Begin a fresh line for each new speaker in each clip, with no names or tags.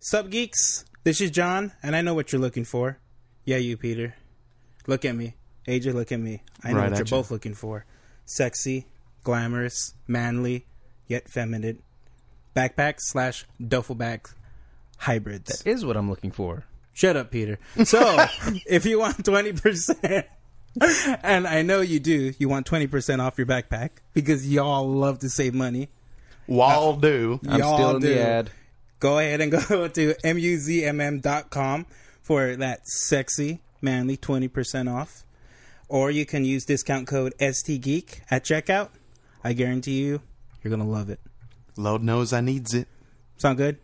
Sup, geeks? This is John, and I know what you're looking for. Yeah, you, Peter. Look at me. AJ, look at me. I know
Right
what
at
you're
you.
both looking for. Sexy, glamorous, manly, yet feminine. Backpack slash duffel bag hybrids.
Is what I'm looking for.
Shut up, Peter. So, if you want 20%, and I know you do, you want 20% off your backpack because y'all love to save money.
Wall do.
I'm
Y'all
still in
do.
the ad.
Go ahead and go to muzmm.com for that sexy, manly 20% off. Or you can use discount code STGeek at checkout. I guarantee you, you're going to love it.
Lord knows I needs it.
Sound good?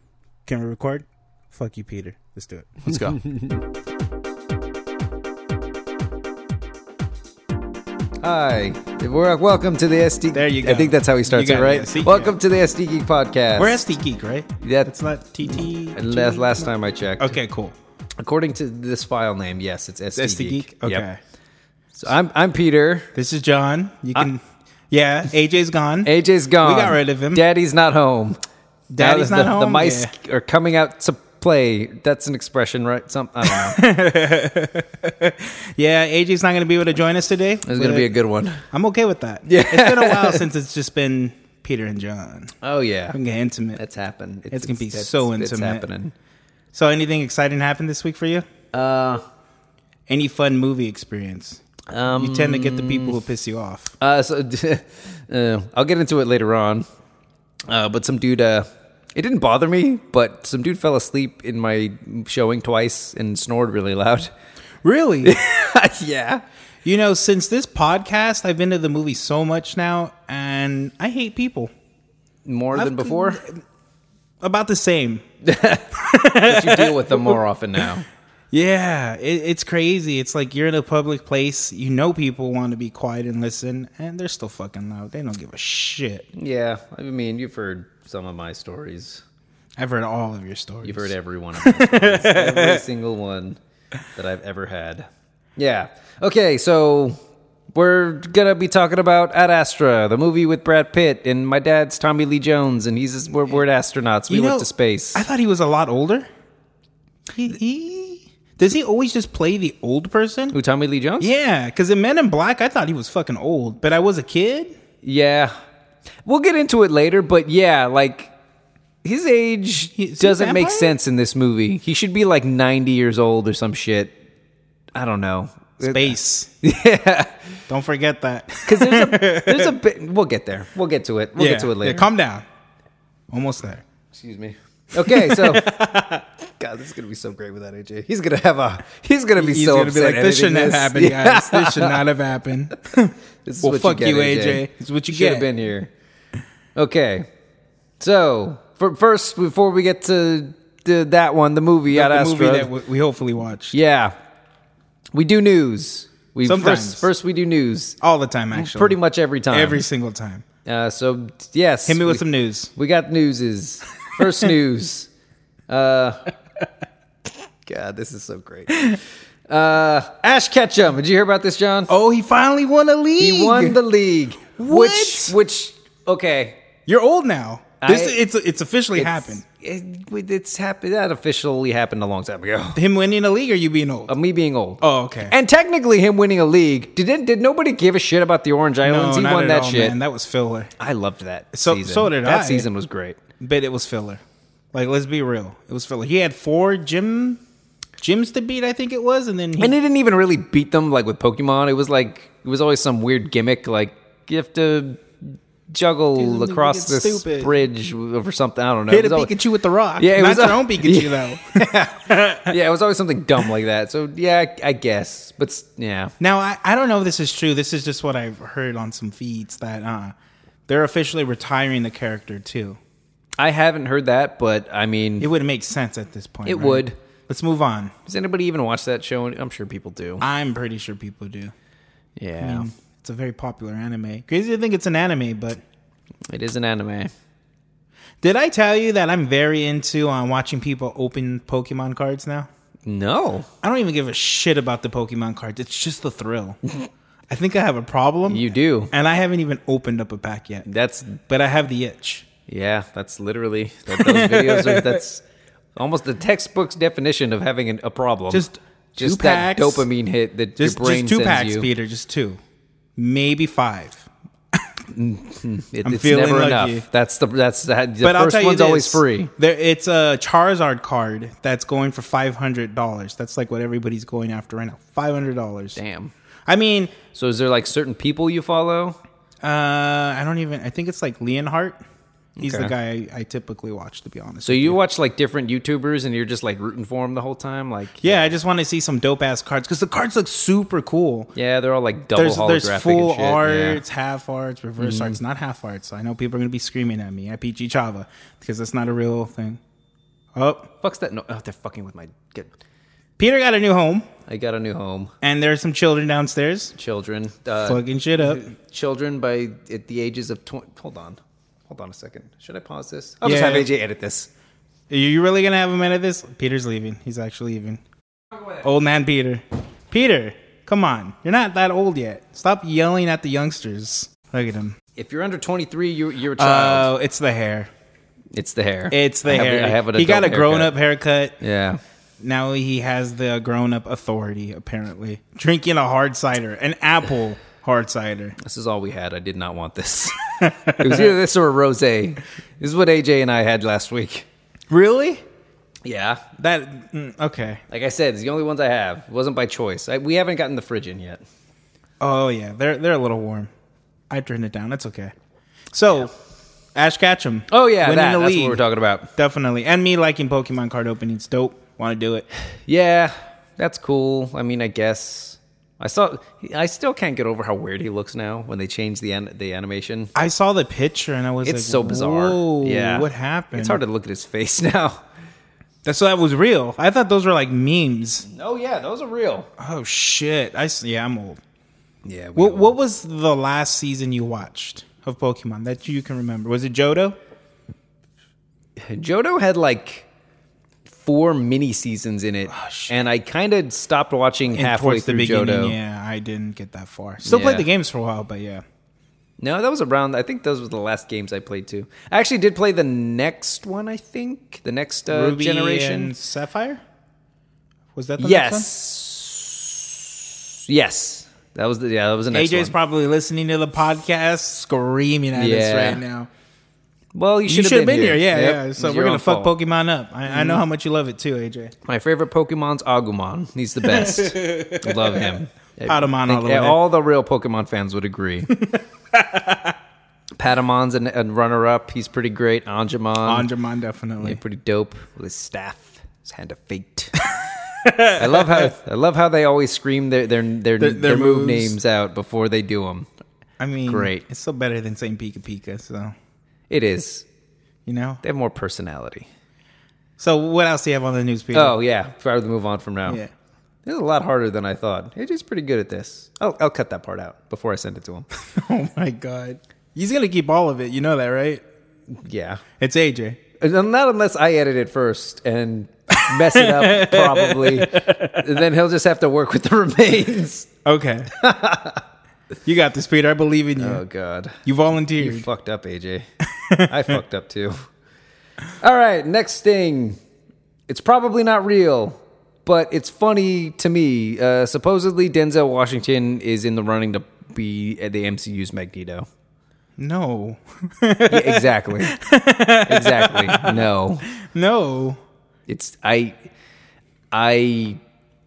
Can we record? Fuck you, Peter. Let's do it.
Let's go.
Hi, we're, welcome to the SD.
There you
I
go.
think that's how he starts
You
it,
got it,
right?
yeah, see?
welcome
Yeah.
to the SD Geek Podcast.
We're ST Geek, right?
Yeah.
It's not TT.
last, last time I checked.
Okay, cool.
According to this file name, yes, it's SD,
ST Geek. Okay.
Yep. So I'm I'm Peter.
This is John. You can. yeah, AJ's gone.
AJ's gone.
got rid of him.
Daddy's not home.
Daddy's
Now
not
the,
home.
The mice
Yeah.
are coming out to play. That's an expression, right? Some I don't know.
Yeah, AJ's not going to be able to join us today.
It's gonna be a good one.
I'm okay with that. Yeah. It's been a while since it's just been Peter and John.
Oh yeah,
I'm getting intimate.
that's happened.
It's gonna be so
it's
intimate.
happening.
so, anything exciting happened this week for you?
Uh,
Any fun movie experience?
um,
You tend to get the people who piss you off.
Uh, so uh, I'll get into it later on. Uh, but some dude, uh, it didn't bother me, but some dude fell asleep in my showing twice and snored really loud.
Really?
yeah.
you know, since this podcast, I've been to the movie so much now, and I hate people.
More than before.
About the same.
but you deal with them more often now.
Yeah, it, it's crazy. It's like you're in a public place. You know, people want to be quiet and listen, and they're still fucking loud. They don't give a shit.
Yeah. I mean, you've heard some of my stories.
I've heard all of your stories.
You've heard every one of my stories. every single one that I've ever had. Yeah. Okay, so we're gonna be talking about Ad Astra, the movie with Brad Pitt, and my dad's Tommy Lee Jones, and he's we're, we're astronauts. We
You know,
went to space.
I thought he was a lot older. He, he- does he always just play the old person?
Who Tommy Lee Jones?
Yeah, because in Men in Black, I thought he was fucking old, but I was a kid.
Yeah. We'll get into it later, but yeah, like his age
He- is he a
doesn't make
vampire?
sense in this movie. He should be like 90 years old or some shit. I don't know.
Space.
Yeah.
Don't forget that.
Because there's a, there's a bit. We'll get there. We'll get to it. We'll
yeah,
get to it later.
Yeah, calm down. Almost there.
Excuse me. Okay, so God, this is gonna be so great without AJ. He's gonna have a. He's gonna be
He's
so
gonna
upset.
be like, "This
editing
shouldn't have happened,
this." Yeah.
guys. This should not have happened."
This is
Well,
what
fuck
get,
you, AJ. It's what you
Should
get.
have been here. Okay, so for, first, before we get to the, that one, the movie at
the
Astra,
movie that we, we hopefully watched
yeah, we do news. We
Sometimes.
first, first we do news
all the time, actually,
pretty much every time.
every single time.
uh, so yes,
Hit me with
we-
some news.
We got newses. First news. Uh, God, this is so great. Uh, Ash Ketchum. Did you hear about this, John?
Oh, he finally won a league.
he won the league.
What?
Which, which, okay.
You're old now.
I-
This it's it's officially happened.
It, it- it's happened. That officially happened a long time ago.
Him winning a league or you being old?
Of me being old.
oh, okay.
And technically, him winning a league. Did did nobody give a shit about the Orange Islands? he
not
won
at
that
all,
shit.
Man. That was filler.
I loved that.
So-
season.
so did I.
That season was great.
But it was filler. Like let's be real. It was filler. He had four gym gyms to beat, I think it was, and then he,
And they didn't even really beat them like with Pokemon. It was like it was always some weird gimmick like you have to juggle
Dude,
across
it's
this
stupid.
bridge over something. I don't know.
hit a
It was always-
Pikachu with the rock.
Yeah, it
not
was
your
al-
own Pikachu though.
yeah, it was always something dumb like that. So yeah, I, I guess. But s- yeah,
Now I, I don't know if this is true. This is just what I've heard on some feeds that uh they're officially retiring the character too.
I haven't heard that. But I mean,
It would make sense at this point.
It
right?
would.
Let's move on.
does anybody even watch that show? I'm sure people do.
I'm pretty sure people do.
Yeah,
It's a very popular anime. Crazy to think it's an anime, but
it is an anime.
Did I tell you that I'm very into on watching people open Pokemon cards now?
No,
I don't even give a shit about the Pokemon cards. It's just the thrill. I think I have a problem.
you do.
And I haven't even opened up a pack yet.
That's
But I have the itch.
yeah. That's literally that, those videos. Are, that's Almost the textbook's definition of having an, a problem.
Just
just
two
that
packs.
dopamine hit that
Just,
your brain
just two
sends
packs,
you.
Peter. Just two, maybe five.
It-
I'm
it's
feeling
never
lucky.
enough. That's the that's the, the
But I'll
first
tell you
one's always
this,
free.
There, it's a Charizard card that's going for five hundred dollars. That's like what everybody's going after right now. Five hundred dollars.
Damn.
I mean,
So is there like certain people you follow?
uh, I don't even. I think it's like Leonhardt. He's the
Okay.
guy I, I typically watch, to be honest.
So you watch like different YouTubers and you're just like rooting for them the whole time. Like
yeah, I just want to see some dope ass cards because the cards look super cool.
yeah, they're all like double
There's
holographic
there's full
and shit. Mm-hmm.
arts, half arts, reverse arts, not half arts. I know people are gonna be screaming at me at PG Chava because that's not a real thing. Oh,
Yeah. Fucks that. No, oh, they're fucking with my. Good.
Peter got a new home,
I got a new home.
and there's some children downstairs
Children. Uh,
fucking shit up.
children by at the ages of 20 hold on hold on a second should i pause Oh, this i'll just
Yeah.
have aj edit this
Are you really gonna have him edit this? Peter's leaving. He's actually leaving. Old man Peter. Peter, come on. You're not that old yet. Stop yelling at the youngsters. Look at him.
if you're under 23 you're, you're a child
Oh, it's the hair.
Uh, it's the hair
It's the
I have-
hair.
I have an
he got a
adult
grown
haircut.
up haircut.
yeah
Now he has the grown up authority, apparently. Drinking a hard cider, an apple hard cider.
this is all we had i did not want this it was either this or a rose this is what aj and i had last week
Really?
yeah
That, mm, okay.
like i said it's the only ones i have it wasn't by choice I, we haven't gotten the fridge in yet
Oh, yeah. They're, they're a little warm. I turned it down. That's okay. So, Ash Ketchum.
oh yeah
winning
that,
the
that's
league.
what we're talking about
Definitely. And me liking Pokemon card openings. Dope. Want to do it.
Yeah, that's cool. I mean, I guess I saw. I still can't get over how weird he looks now when they change the an- the animation.
I saw the picture and I was
It's
like,
so bizarre.
Whoa,
yeah,
What happened?
It's hard to look at his face now.
That's so that was real. I thought those were like memes.
Oh yeah, those are real.
Oh, shit. I, s- yeah, I'm old.
Yeah. we
What,
all-
what was the last season you watched of Pokemon that you can remember? Was it Johto?
Jodo had like four mini seasons in it,
Oh, shit.
and I kind of stopped watching
And
halfway through Jodo.
yeah, I didn't get that far. Still played
Yeah.
the games for a while, but yeah.
No, that was around. I think those were the last games I played too. I actually did play the next one. I think the next uh,
Ruby
generation.
and Sapphire? Was that the next
Yes. Yes. That was the yeah, that was the
one?
next
AJ's
one.
probably listening to the podcast screaming at us
Yeah.
right now.
well, you
You
should
should
have been,
here. Yeah,
Yep.
yeah.
It's
So we're
your
going
own
to fuck
fault. Mm-hmm.
Pokemon up. I, I know how much you love it too, AJ.
My favorite Pokemon's Agumon. He's the best. I Love him.
Patamon
I
all the way.
think all the real Pokemon fans would agree. Patamon's a, a runner-up. He's pretty great. Angemon,
Angemon, definitely.
pretty dope with his staff, his hand of fate. I love how I love how they always scream their their their, their,
Their- their
move
moves.
names out before they do them.
I mean,
Great.
It's still better than saying Pika Pika, so,
It is.
you know?
They have more personality.
So what else do you have on the news, Peter?
Oh yeah, probably to move on from now.
Yeah.
This is a lot harder than I thought. AJ's pretty good at this. I'll, I'll cut that part out before I send it to him.
Oh my god. He's gonna keep all of it. You know that, right?
yeah.
It's AJ.
And then- Not unless I edit it first and mess it up, probably. And then he'll just have to work with the remains.
Okay. you got this, Peter. I believe in you.
Oh, God.
you volunteered.
You fucked up, AJ. I fucked up too. All right, next thing. It's probably not real, but it's funny to me. Uh, supposedly, Denzel Washington is in the running to be at the MCU's Magneto.
no.
Yeah, exactly. exactly. No,
No.
it's I. I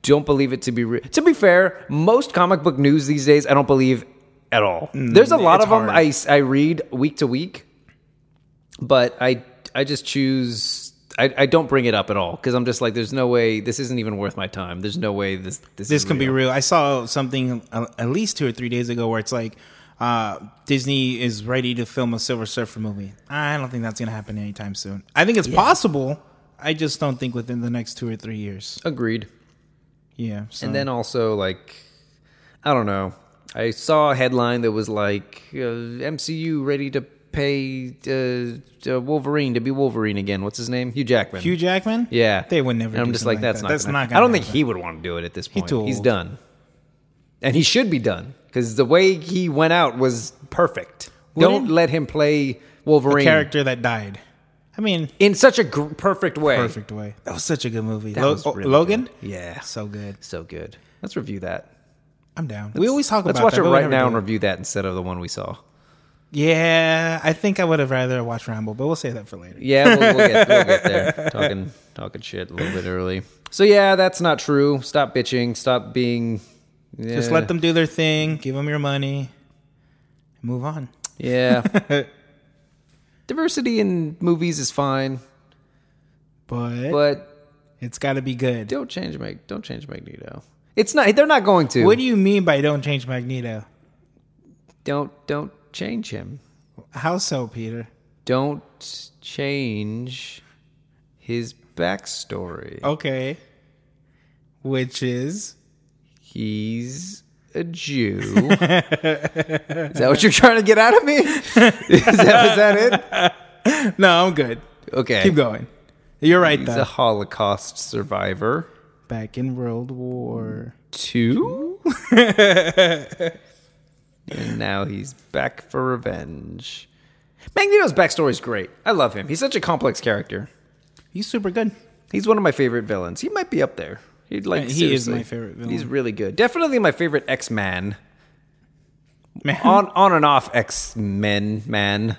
don't believe it to be real. To be fair, most comic book news these days, I don't believe at all. There's a lot
Mm, it's
of them
hard.
I, s- I read week to week, but I I just choose. I, I don't bring it up at all because I'm just like, there's no way this isn't even worth my time. There's no way this this,
This
is
can be
real.
real. I saw something uh, at least two or three days ago where it's like uh, Disney is ready to film a Silver Surfer movie. I don't think that's gonna happen anytime soon. I think it's possible. I just don't think within the next two or three years.
agreed.
Yeah. So.
And then also like, I don't know. I saw a headline that was like uh, MCU ready to pay uh, uh, Wolverine to be Wolverine again. What's his name? Hugh Jackman.
Hugh Jackman.
yeah,
They would never.
And I'm
do
just
something
like, that's not.
that. That's
gonna,
not.
I don't
happen.
think he would want to do it at this point.
too
He's
old.
done, and he should be done because the way he went out was perfect.
Wouldn't-
don't let him play Wolverine.
character that died. I mean,
in such a gr- perfect way.
perfect way. That was such a good movie.
That
Lo-
was
oh,
really
Logan,
good. Yeah, so,
so good.
so good. Let's review that.
I'm down. we always talk
Let's
about.
watch
that,
it
but we
right
never
now
do
and
it.
review that instead of the one we saw.
Yeah, I think I would have rather watched Rambo, but we'll say that for later.
Yeah, we'll, we'll, get, we'll get there. Talking talking shit a little bit early. So yeah, that's not true. Stop bitching. Stop being.
Just
Yeah.
let them do their thing. Give them your money. and Move on.
Yeah. Diversity in movies is fine,
But,
but
it's got to be good.
don't change Mag- don't change Magneto. It's not. They're not going to.
What do you mean by don't change Magneto?
don't don't change him.
How so, Peter?
Don't change his backstory.
Okay. Which is
He's a Jew. is that what you're trying to get out of me? is, that, is that it?
no, I'm good.
Okay.
Keep going. You're right
He's
though.
a Holocaust survivor.
Back in World War.
Two? and now he's back for revenge. Magneto's backstory's great. I love him. He's such a complex character.
He's super good.
He's one of my favorite villains. He might be up there. He'd like
Uh, He is
seriously.
my favorite villain.
He's really good. Definitely my favorite X Man.
Man,
on on and off X Men man.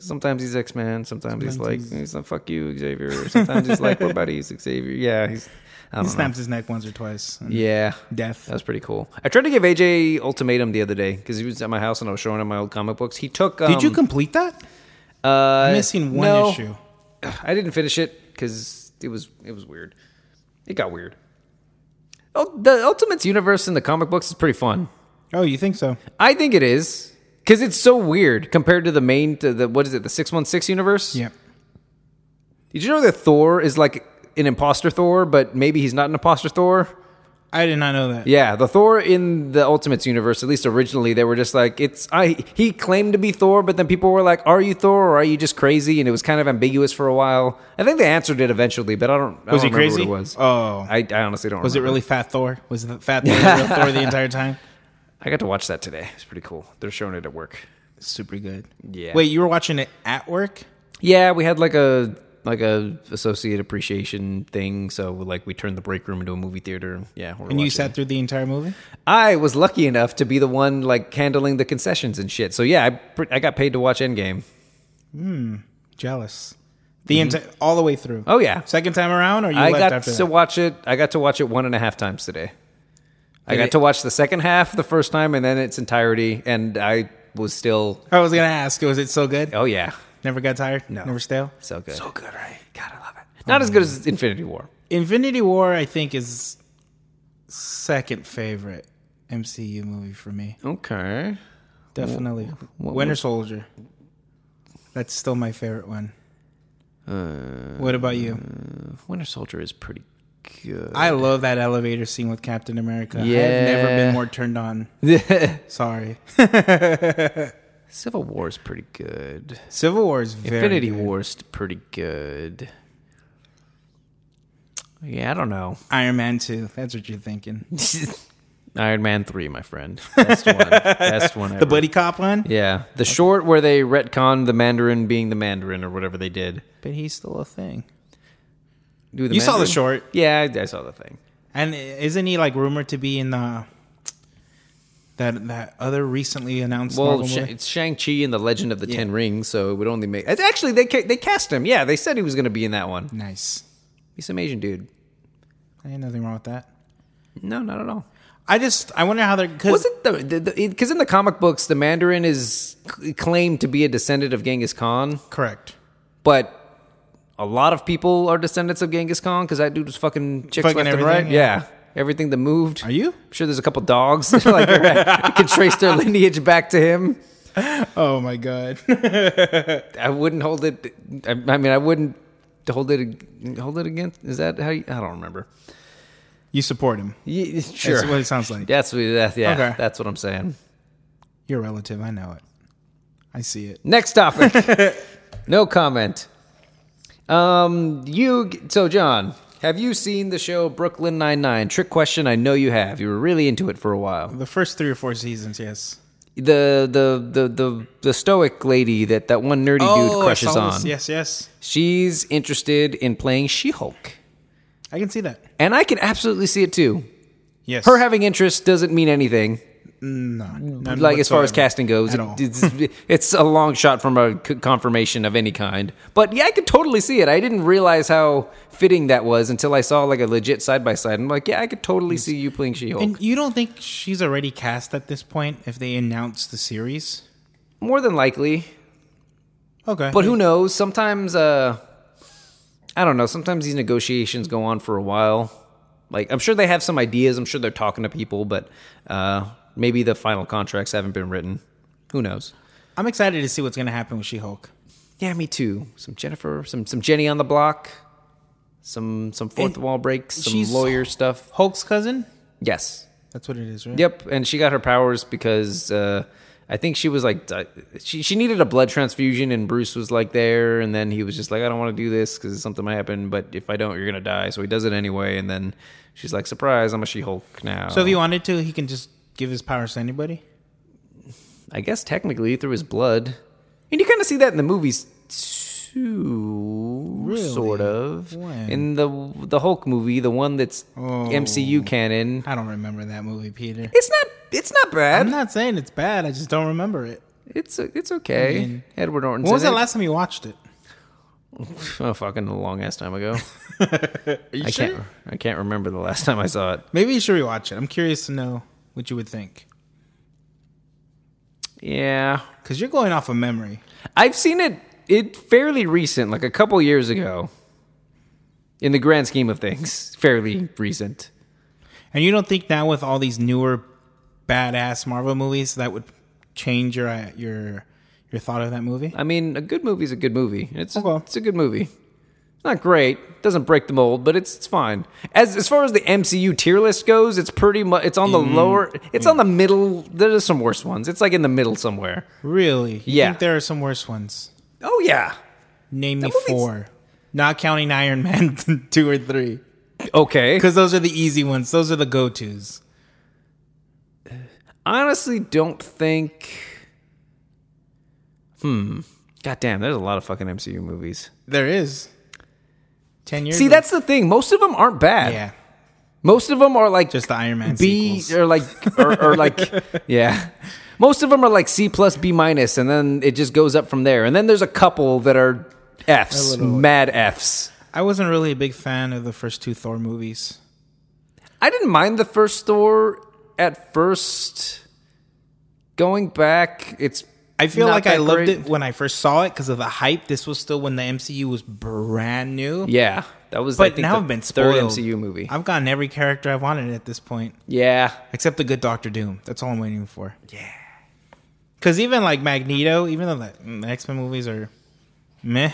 Sometimes he's X Men. Sometimes, he's like, he's like, "Fuck you, Xavier." Sometimes he's like, "We're buddies, Xavier." Yeah, he's. I don't
he
know.
snaps his neck once or twice. and
Yeah,
Death.
That was pretty cool. I tried to give AJ ultimatum the other day because he was at my house and I was showing him my old comic books. He took. Um,
Did you complete that?
uh,
Missing one
no.
issue.
I didn't finish it because it was it was weird. It got weird. Oh, the Ultimates universe in the comic books is pretty fun.
Oh, you think so?
I think it is because it's so weird compared to the main to the what is it the six one six universe.
Yep.
Did you know that Thor is like an imposter Thor, but maybe he's not an imposter Thor?
I did not know that.
Yeah, the Thor in the Ultimates universe, at least originally, they were just like it's. I he claimed to be Thor, but then people were like, "Are you Thor or are you just crazy?" And it was kind of ambiguous for a while. I think they answered it eventually, but I don't. I
Was
don't
he
remember
crazy?
What it was.
Oh.
I, I honestly don't.
Was it
remember.
really Fat Thor? Was the Fat Thor, the real Thor the entire time?
I got to watch that today. It's pretty cool. They're showing it at work.
Super good.
Yeah.
Wait, you were watching it at work?
Yeah, we had like a like a associate appreciation thing, so like we turned the break room into a movie theater. Yeah, we're
And you
watching.
sat through the entire movie?
I was lucky enough to be the one like handling the concessions and shit. So yeah, I pr- I got paid to watch Endgame.
Jealous. The entire all the way through.
Mm-hmm. Oh yeah,
Second time around, or you
I
left
got
after
to
that?
watch it. I got to watch it one and a half times today. I
Did
got
it-
to watch the second half the first time and then its entirety, and I was still
I was gonna ask, was it so good?
oh yeah,
Never got tired.
No.
Never stale.
so good.
good, right?
God, I love it. Not as good as Infinity War.
Infinity War, I think, is second favorite MCU movie for me.
Okay.
Definitely. Winter Soldier. That's still my favorite one.
Uh,
what about you?
Winter Soldier is pretty good.
I love that elevator scene with Captain America. I've never
Yeah.
been more turned on. Sorry.
Civil War is pretty good.
Civil War is very
Infinity
good.
War is pretty good. Yeah, I don't know.
Iron Man 2. That's what you're thinking.
Iron Man three, my friend. Best one. Best one. Ever.
The buddy cop one?
Yeah, the short where they retcon the Mandarin being the Mandarin or whatever they did.
But he's still a thing.
Do
You saw the
Mandarin?
short.
Yeah, I, I saw the thing.
And isn't he like rumored to be in the that that other recently announced
Well,
Marvel
Sha-
movie?
it's Shang Chi and the Legend of the Ten Rings, so it would only make. Actually, they ca- they cast him. Yeah, they said he was going to be in that one.
Nice.
He's some Asian dude.
Ain't nothing wrong with that.
No, not at all. I
I just I wonder how they're
Was
because
it the because in the comic books the Mandarin is c- claimed to be a descendant of Genghis Khan,
correct.
but a lot of people are descendants of Genghis Khan because that dude was fucking chicks
Fucking
left and
everything,
right.
yeah.
Yeah. everything that moved.
Are you?
I'm sure there's a couple dogs that like you can trace their lineage back to him.
Oh my god.
I wouldn't hold it. I, I mean, I wouldn't hold it. Hold it against. Is that how? You, I don't remember.
you support him.
Yeah, sure.
That's what it sounds like.
That's what. That, yeah.
Okay.
That's what I'm saying.
You're a relative. I know it. I see it.
Next topic. no comment. Um, you so John, have you seen the show Brooklyn Nine Nine? Trick question. I know you have. You were really into it for a while.
The first three or four seasons, yes.
the the the the, the stoic lady that that one nerdy dude
I
crushes
saw
on.
this. Oh, Yes, yes.
She's interested in playing She-Hulk,
I can see that.
and I can absolutely see it too.
Yes.
Her having interest doesn't mean anything.
None
like as far as
whatsoever.
casting goes,
At
it-
all.
it's, it's a long shot from a c- confirmation of any kind. But yeah, I could totally see it. I didn't realize how fitting that was until I saw like a legit side by side. I'm like, yeah, I could totally see you playing She-Hulk.
And you don't think she's already cast at this point if they announce the series?
More than likely,
Okay.
but who knows? Sometimes, uh, I don't know. Sometimes these negotiations go on for a while. Like I'm sure they have some ideas. I'm sure they're talking to people, but uh, maybe the final contracts haven't been written. Who knows?
I'm excited to see what's going to happen with She-Hulk.
Yeah, me too. Some Jennifer, some some Jenny on the block, some some fourth
And
wall breaks, some
she's-
lawyer stuff.
Hulk's cousin?
Yes.
That's what it is, right?
Yep. And she got her powers because uh, I think she was like di- she she needed a blood transfusion, and Bruce was like there, and then he was just like, I don't want to do this because something might happen, but if I don't, you're gonna die. So he does it anyway, and then she's like, surprise, I'm a She Hulk now.
So if he wanted to, he can just give his powers to anybody.
I guess technically through his blood, and you kind of see that in the movies too, sort of.
When? Oh.
In the the Hulk movie, the one that's MCU canon,
I don't remember that movie, Peter.
it's not it's not
I'm
bad.
not saying it's bad. I just don't remember it.
it's it's okay.
I mean,
Edward Norton.
When was the last time you watched it?
Oh, fucking a long ass time ago.
you
I can't I can't remember the last time I saw it.
Maybe you should rewatch it. I'm curious to know what you would think
Yeah,
because you're going off of memory.
I've seen it it fairly recent, like a couple years ago. In the grand scheme of things, fairly recent.
And you don't think now with all these newer badass Marvel movies that would change your uh, your your thought of that movie?
I mean, a good movie's a good movie. It's
Okay.
it's a good movie. Not great. Doesn't break the mold, but it's it's fine. As as far as the MCU tier list goes, it's pretty much it's on the lower. It's on the middle. There's some worse ones. It's like in the middle somewhere.
Really? You
Yeah.
Think there are some worse ones.
Oh yeah.
Name me
movie's-
four, not counting Iron Man two or three,
Okay.
because those are the easy ones. Those are the go tos.
honestly don't think. Hmm. God damn. There's a lot of fucking MCU movies.
There is ten years.
See,
ago-
that's the thing. Most of them aren't bad.
yeah,
Most of them are like
just the Iron Man
B
sequels.
or like or, or like yeah. Most of them are like C plus B minus, and then it just goes up from there. And then there's a couple that are Fs,
little-
mad Fs.
I wasn't really a big fan of the first two Thor movies.
I didn't mind the first Thor at first. Going back, it's
I feel
not
like I
that
loved
great.
it when I first saw it because of the hype. This was still when the MCU was brand new.
Yeah, that was. I
But
think,
now
the
I've been spoiled.
third MCU movie.
I've gotten every character I've wanted at this point,
yeah,
except the good Doctor Doom. That's all I'm waiting for. Yeah. Because even like Magneto, even though the, mm, the X Men movies are meh,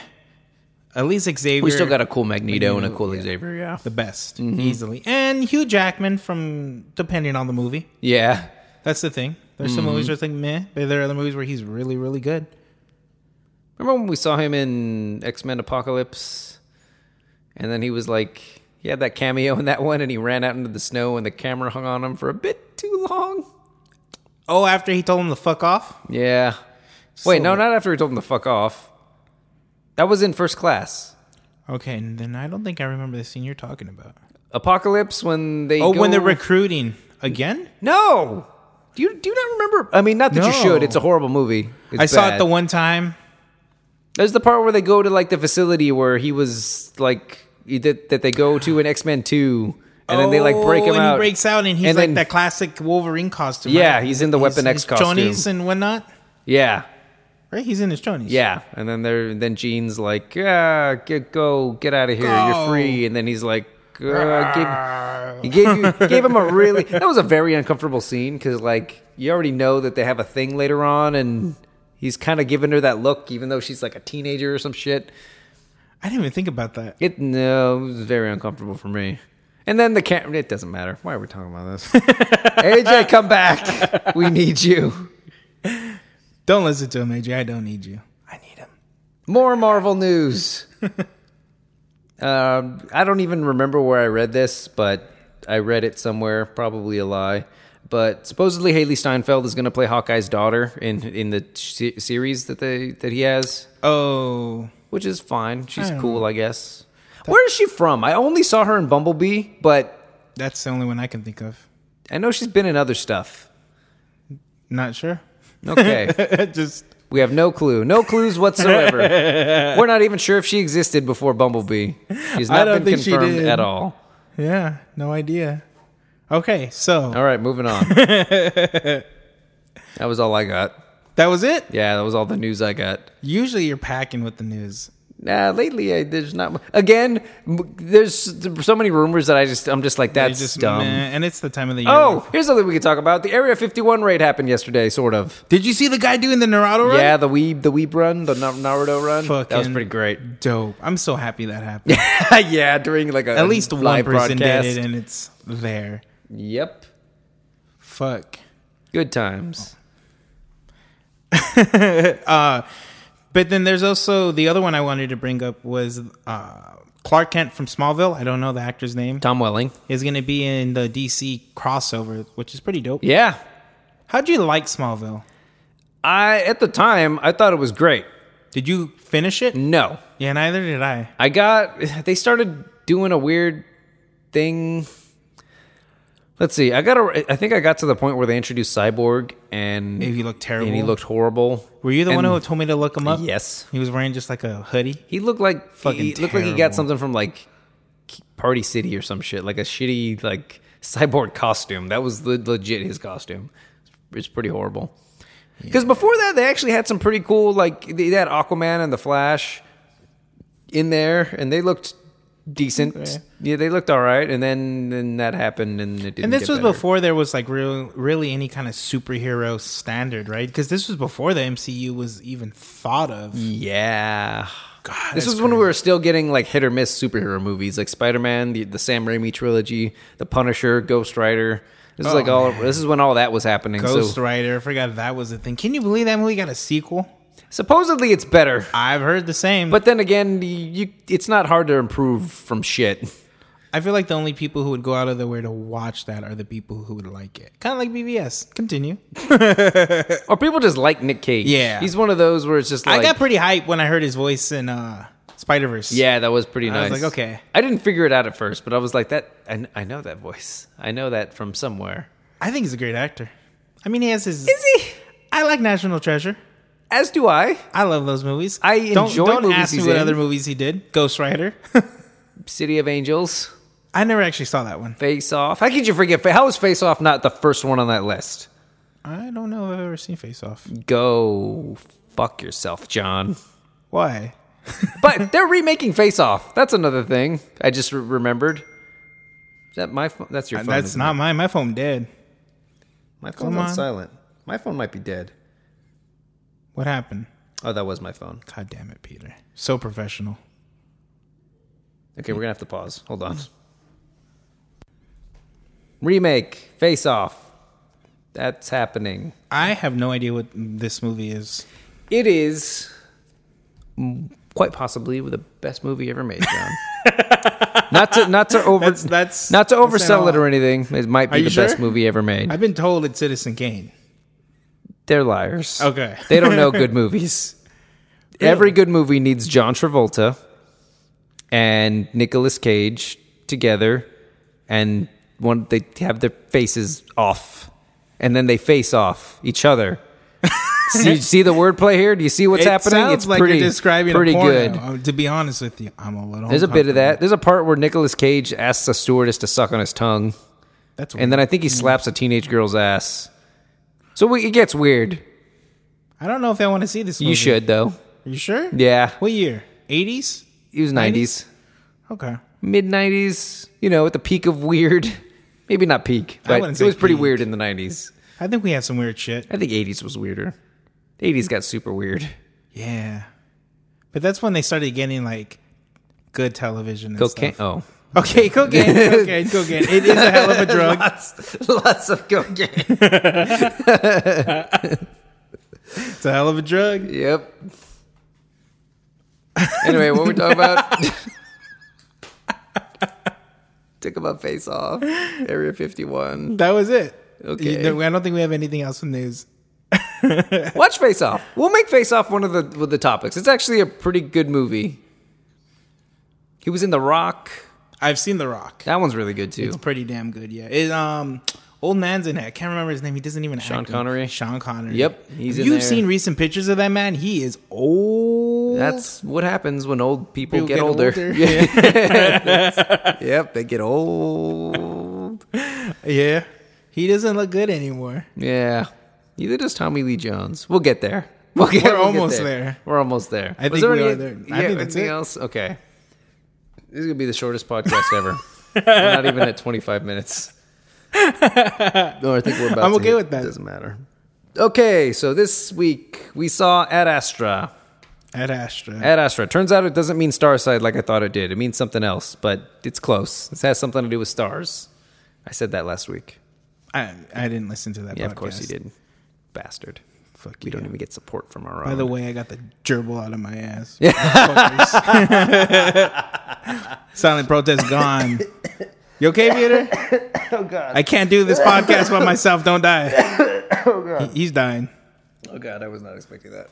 at least Xavier.
we still got Mm-hmm. a cool Magneto and a cool Xavier. Yeah,
the best easily, and Hugh Jackman from depending on the movie.
yeah.
That's the thing. There's some
Mm-hmm.
movies where it's like meh, but there are other movies where he's really, really good.
Remember when we saw him in X Men Apocalypse, and then he was like, he had that cameo in that one, and he ran out into the snow, and the camera hung on him for a bit too long.
Oh, after he told him to fuck off.
Yeah. Wait, no,
So-
not after he told him to fuck off. That was in first class.
Okay, and then I don't think I remember the scene you're talking about.
Apocalypse when they
Oh, when
go-
they're recruiting again?
no. Do you do you not remember? I mean, not that you should.
No.
It's a horrible movie. It's
I saw it
bad.
the one time.
There's the part where they go to like the facility where he was like that, that they go to in X Men Two, and then they like break him
Oh, and
out.
He breaks out, and he's
And
like
then-
that classic Wolverine costume.
Yeah,
right?
he's in the Weapon X
his chonies and whatnot.
Yeah,
Right, he's in his chonies.
yeah. And then they're then Jean's like, yeah, get, go, get out of here,
Go."
you're free. And then he's like, uh, I gave, he gave you gave him a really that was a very uncomfortable scene because like you already know that they have a thing later on, and he's kind of giving her that look, even though she's like a teenager or some shit.
I didn't even think about that.
It no, it was very uncomfortable for me. And then the camera. It doesn't matter. Why are we talking about this? AJ, come back. We need you.
Don't listen to him, AJ. I don't need you. I need him.
More Marvel news. Um, I don't even remember where I read this, but I read it somewhere, probably a lie. But supposedly Haley Steinfeld is going to play Hawkeye's daughter in in the se- series that they that he has,
Oh,
which is fine. She's
Hmm.
cool, I guess. Where is she from? I only saw her in Bumblebee, but
that's the only one I can think of.
I know she's been in other stuff.
Not sure.
Okay.
Just
We have no clue. No clues whatsoever. We're not even sure if she existed before Bumblebee. She's
I
not
don't
been
think she
confirmed
did.
at all.
yeah, no idea. Okay, so
All right, moving on. that was all I got.
that was it.
Yeah, that was all the news I got.
Usually you're packing with the news.
Nah, lately I, there's not. mu- Again, m- there's so many rumors that I just I'm just like
They
that's
just,
dumb.
meh, and it's the time of the year.
Oh, here's something we could talk about. The Area 51 raid happened yesterday, sort of.
did you see the guy doing the Naruto run?
Yeah, the weeb the weeb run, the Na- Naruto run. that was
Fucking-
pretty great.
dope. I'm so happy that happened.
yeah, during like a
At least one
live
person did
broadcast.
it, and it's there.
Yep.
Fuck.
Good times.
Uh, but then there's also the other one I wanted to bring up was uh, Clark Kent from Smallville. I don't know the actor's name.
Tom Welling.
Is going to be in the DC crossover, which is pretty dope.
Yeah.
How'd you like Smallville?
I at the time I thought it was great.
Did you finish it?
No.
Yeah, neither did I.
I got they started doing a weird thing. Let's see. I got a I think I got to the point where they introduced Cyborg and
Maybe you looked terrible.
and he looked horrible.
Were you the one
and-
who told me to look him up?
Yes.
He was wearing just like a hoodie.
He looked like
Fucking
he looked like he got
terrible.
something from like Party City or some shit, like a shitty like cyborg costume. That was le- legit his costume. It's pretty horrible. Because before that, they actually had some pretty cool like they had Aquaman and the Flash in there, and they looked decent. Yeah, they looked all right. And then then that happened, and it didn't.
And this
get
was
better.
before there was like real, really any kind of superhero standard, right? Because this was before the MCU was even thought of.
Yeah.
God,
Mm. This
that's
was when we were still getting like hit or miss superhero movies, like Spider Man, the, the Sam Raimi trilogy, The Punisher, Ghost Rider. This is like all. This is when all that was happening.
Oh, Ghost
so
Rider. I forgot that was a thing. Can you believe that movie got a sequel?
supposedly it's better,
I've heard the same. But
but then again, you it's not hard to improve from shit.
I feel like the only people who would go out of their way to watch that are the people who would like it. Kind of like BBS. Continue.
Or people just like Nick Cage.
Yeah.
he's one of those where it's just like
I got pretty hyped when I heard his voice in uh, Spider Verse.
yeah, that was pretty
I
nice.
was like, okay.
I didn't figure it out at first, but I was like that. I, kn- I know that voice. I know that from somewhere.
I think he's a great actor. I mean, he has his.
Is he?
I like National Treasure.
As do I.
I love those movies.
I
don't,
enjoy
Don't
movies
ask me
he's
what
in.
other movies he did. Ghost Rider.
City of Angels.
I never actually saw that one.
Face Off. How could you forget? Fa- How is Face Off not the first one on that list?
I don't know if I've ever seen Face Off.
Go fuck yourself, John.
Why?
But they're remaking Face Off. That's another thing I just re- remembered. Is that my phone? That's your phone.
Uh, That's
isn't
not
it?
mine. My phone dead.
my phone.
come
On.
on.
silent. My phone might be dead.
What happened?
Oh, that was my phone.
God damn it, Peter. So professional.
Okay, we're gonna have to pause. Hold on. Remake Face Off. That's happening.
I have no idea what this movie is.
It is mm, quite possibly the best movie ever made, John. not to not to over
That's- that's-
not to
that's saying a
oversell it
lot.
or anything. It might
Are
be
you
the best
sure?
movie ever made.
I've been told it's Citizen Kane.
They're liars.
Okay.
they don't know good movies. Every good movie needs John Travolta and Nicolas Cage together, and one they have their faces off, and then they face off each other. see, see the wordplay here? Do you see what's
it
happening?
sounds like
pretty,
you're describing
pretty
a porno.
good.
Um, to be honest with you, I'm a little.
There's a bit of
uncomfortable.
that. There's a part where Nicolas Cage asks a stewardess to suck on his tongue,
That's weird.
and then I think he slaps a teenage girl's ass. So we, it gets weird.
I don't know if I want to see this. Movie.
You should though.
Are you sure?
Yeah,
What year? 80s.
He was 90s,
Okay.
mid 90s, you know, at the peak of weird. Maybe not peak, but
wouldn't
it was
say
pretty
peak.
weird in the 90s.
I think we had some weird shit.
I think 80s was weirder. 80s got super weird.
Yeah. But that's when they started getting like good television. And
Cocaine.
Stuff.
Oh.
Okay, cocaine, cocaine, cocaine. It is a hell of a drug.
Lots, lots of cocaine.
It's a hell of a drug.
yep. Anyway, what were we talking about? Took about face off. Area 51.
That was it.
Okay.
You know, I don't think we have anything else in news.
Watch Face Off. We'll make Face Off one of the with the topics. It's actually a pretty good movie. He was in The Rock.
I've seen The Rock.
That one's really good too.
It's pretty damn good, yeah. It, um, old man's in it. I can't remember his name. He doesn't even
Sean
act in-
Connery?
Sean Connery.
Yep, he's in
You've
there.
seen recent pictures of that man. He is old.
That's what happens when old people,
People
get,
get
older.
older.
Yeah. yep, they get old.
yeah. He doesn't look good anymore.
Yeah. Neither does Tommy Lee Jones. We'll get there. We'll get,
We're
we'll get
almost there.
We're almost there.
I
Was
think we
any-
are there. I
Yeah,
think that's
anything
it.
else? Okay. This is gonna be the shortest podcast ever. we're not even at 25 minutes. No, I think we're about.
I'm
to
okay
hit-
with that.
Doesn't matter. Okay, so this week we saw Ad Astra.
At Astra.
Ad Astra. Turns out it doesn't mean star side like I thought it did. It means something else, but it's close. This has something to do with stars. I said that last week.
I, I didn't listen to that.
Yeah,
podcast.
of course you did. Bastard.
Fuck
We don't
yeah.
even get support from our own.
By the way, I got the gerbil out of my ass. Silent protest gone. You okay, Peter? Oh God! I can't do this podcast by myself. Don't die. Oh God! he's dying.
Oh god, I was not expecting that.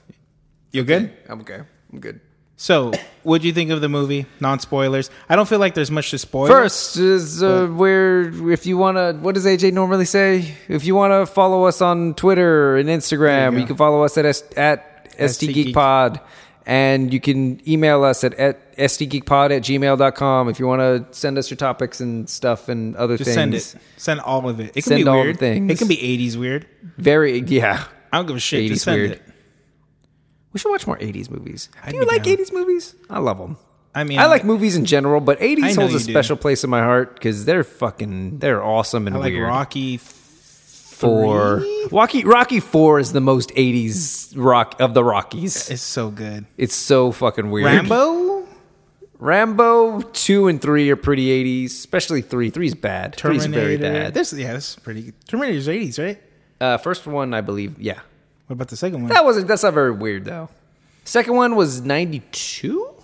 You good?
I'm okay. I'm good.
So, what'd you think of the movie? Non spoilers. I don't feel like there's much to spoil.
First is uh, where if you want to, what does AJ normally say? If you want to follow us on Twitter and Instagram, you, can follow us at S- at
STGeek.
STGeekPod, and you can email us at, at STGeekPod at gmail.com if you want to send us your topics and stuff and other
just
things.
send it. Send all of it. It can
Send
be
all the
weird.
things.
It can be '80s weird.
Very yeah.
I don't give a shit.
80s
just send
weird.
it.
We should watch more '80s movies.
I'd
Do
be
you like
down.
'80s movies? I love them.
I mean,
I like movies in general, but
I
80s
know
holds a
you do.
special place in my heart because they're fucking, they're awesome and
I like
weird.
Rocky.
Four, Rocky, Rocky Four is the most 80s rock of the Rockies.
It's so good.
It's so fucking weird.
Rambo.
Rambo two and three are pretty 80s, especially three. Three's bad. Three's very
Terminator.
bad.
This yeah, this is pretty. Good. Terminator's eighties, right?
Uh, first one, I believe, yeah,
What about the second one?
that wasn't. That's not very weird though. Second one was 92?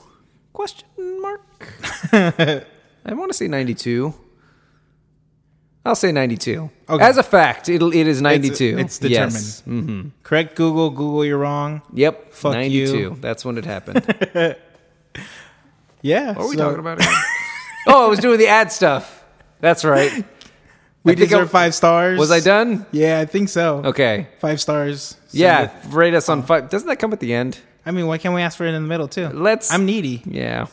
Question mark. I want to say 92. I'll say 92.
Okay.
As a fact, it'll, it is 92.
it's
Yes. Mm-hmm.
determined. Correct Google. Google, you're wrong.
Yep.
Fuck
92.
you.
That's when it happened.
Yeah.
What are we talking about? Again? oh, I was doing the ad stuff. That's right.
We
I think I-
deserve five stars.
Was I done?
Yeah, I think so.
Okay.
Five stars. Send it.
Yeah. Rate us on five. Doesn't that come at the end?
I mean, why can't we ask for it in the middle too?
Let's-
I'm needy.
Yeah.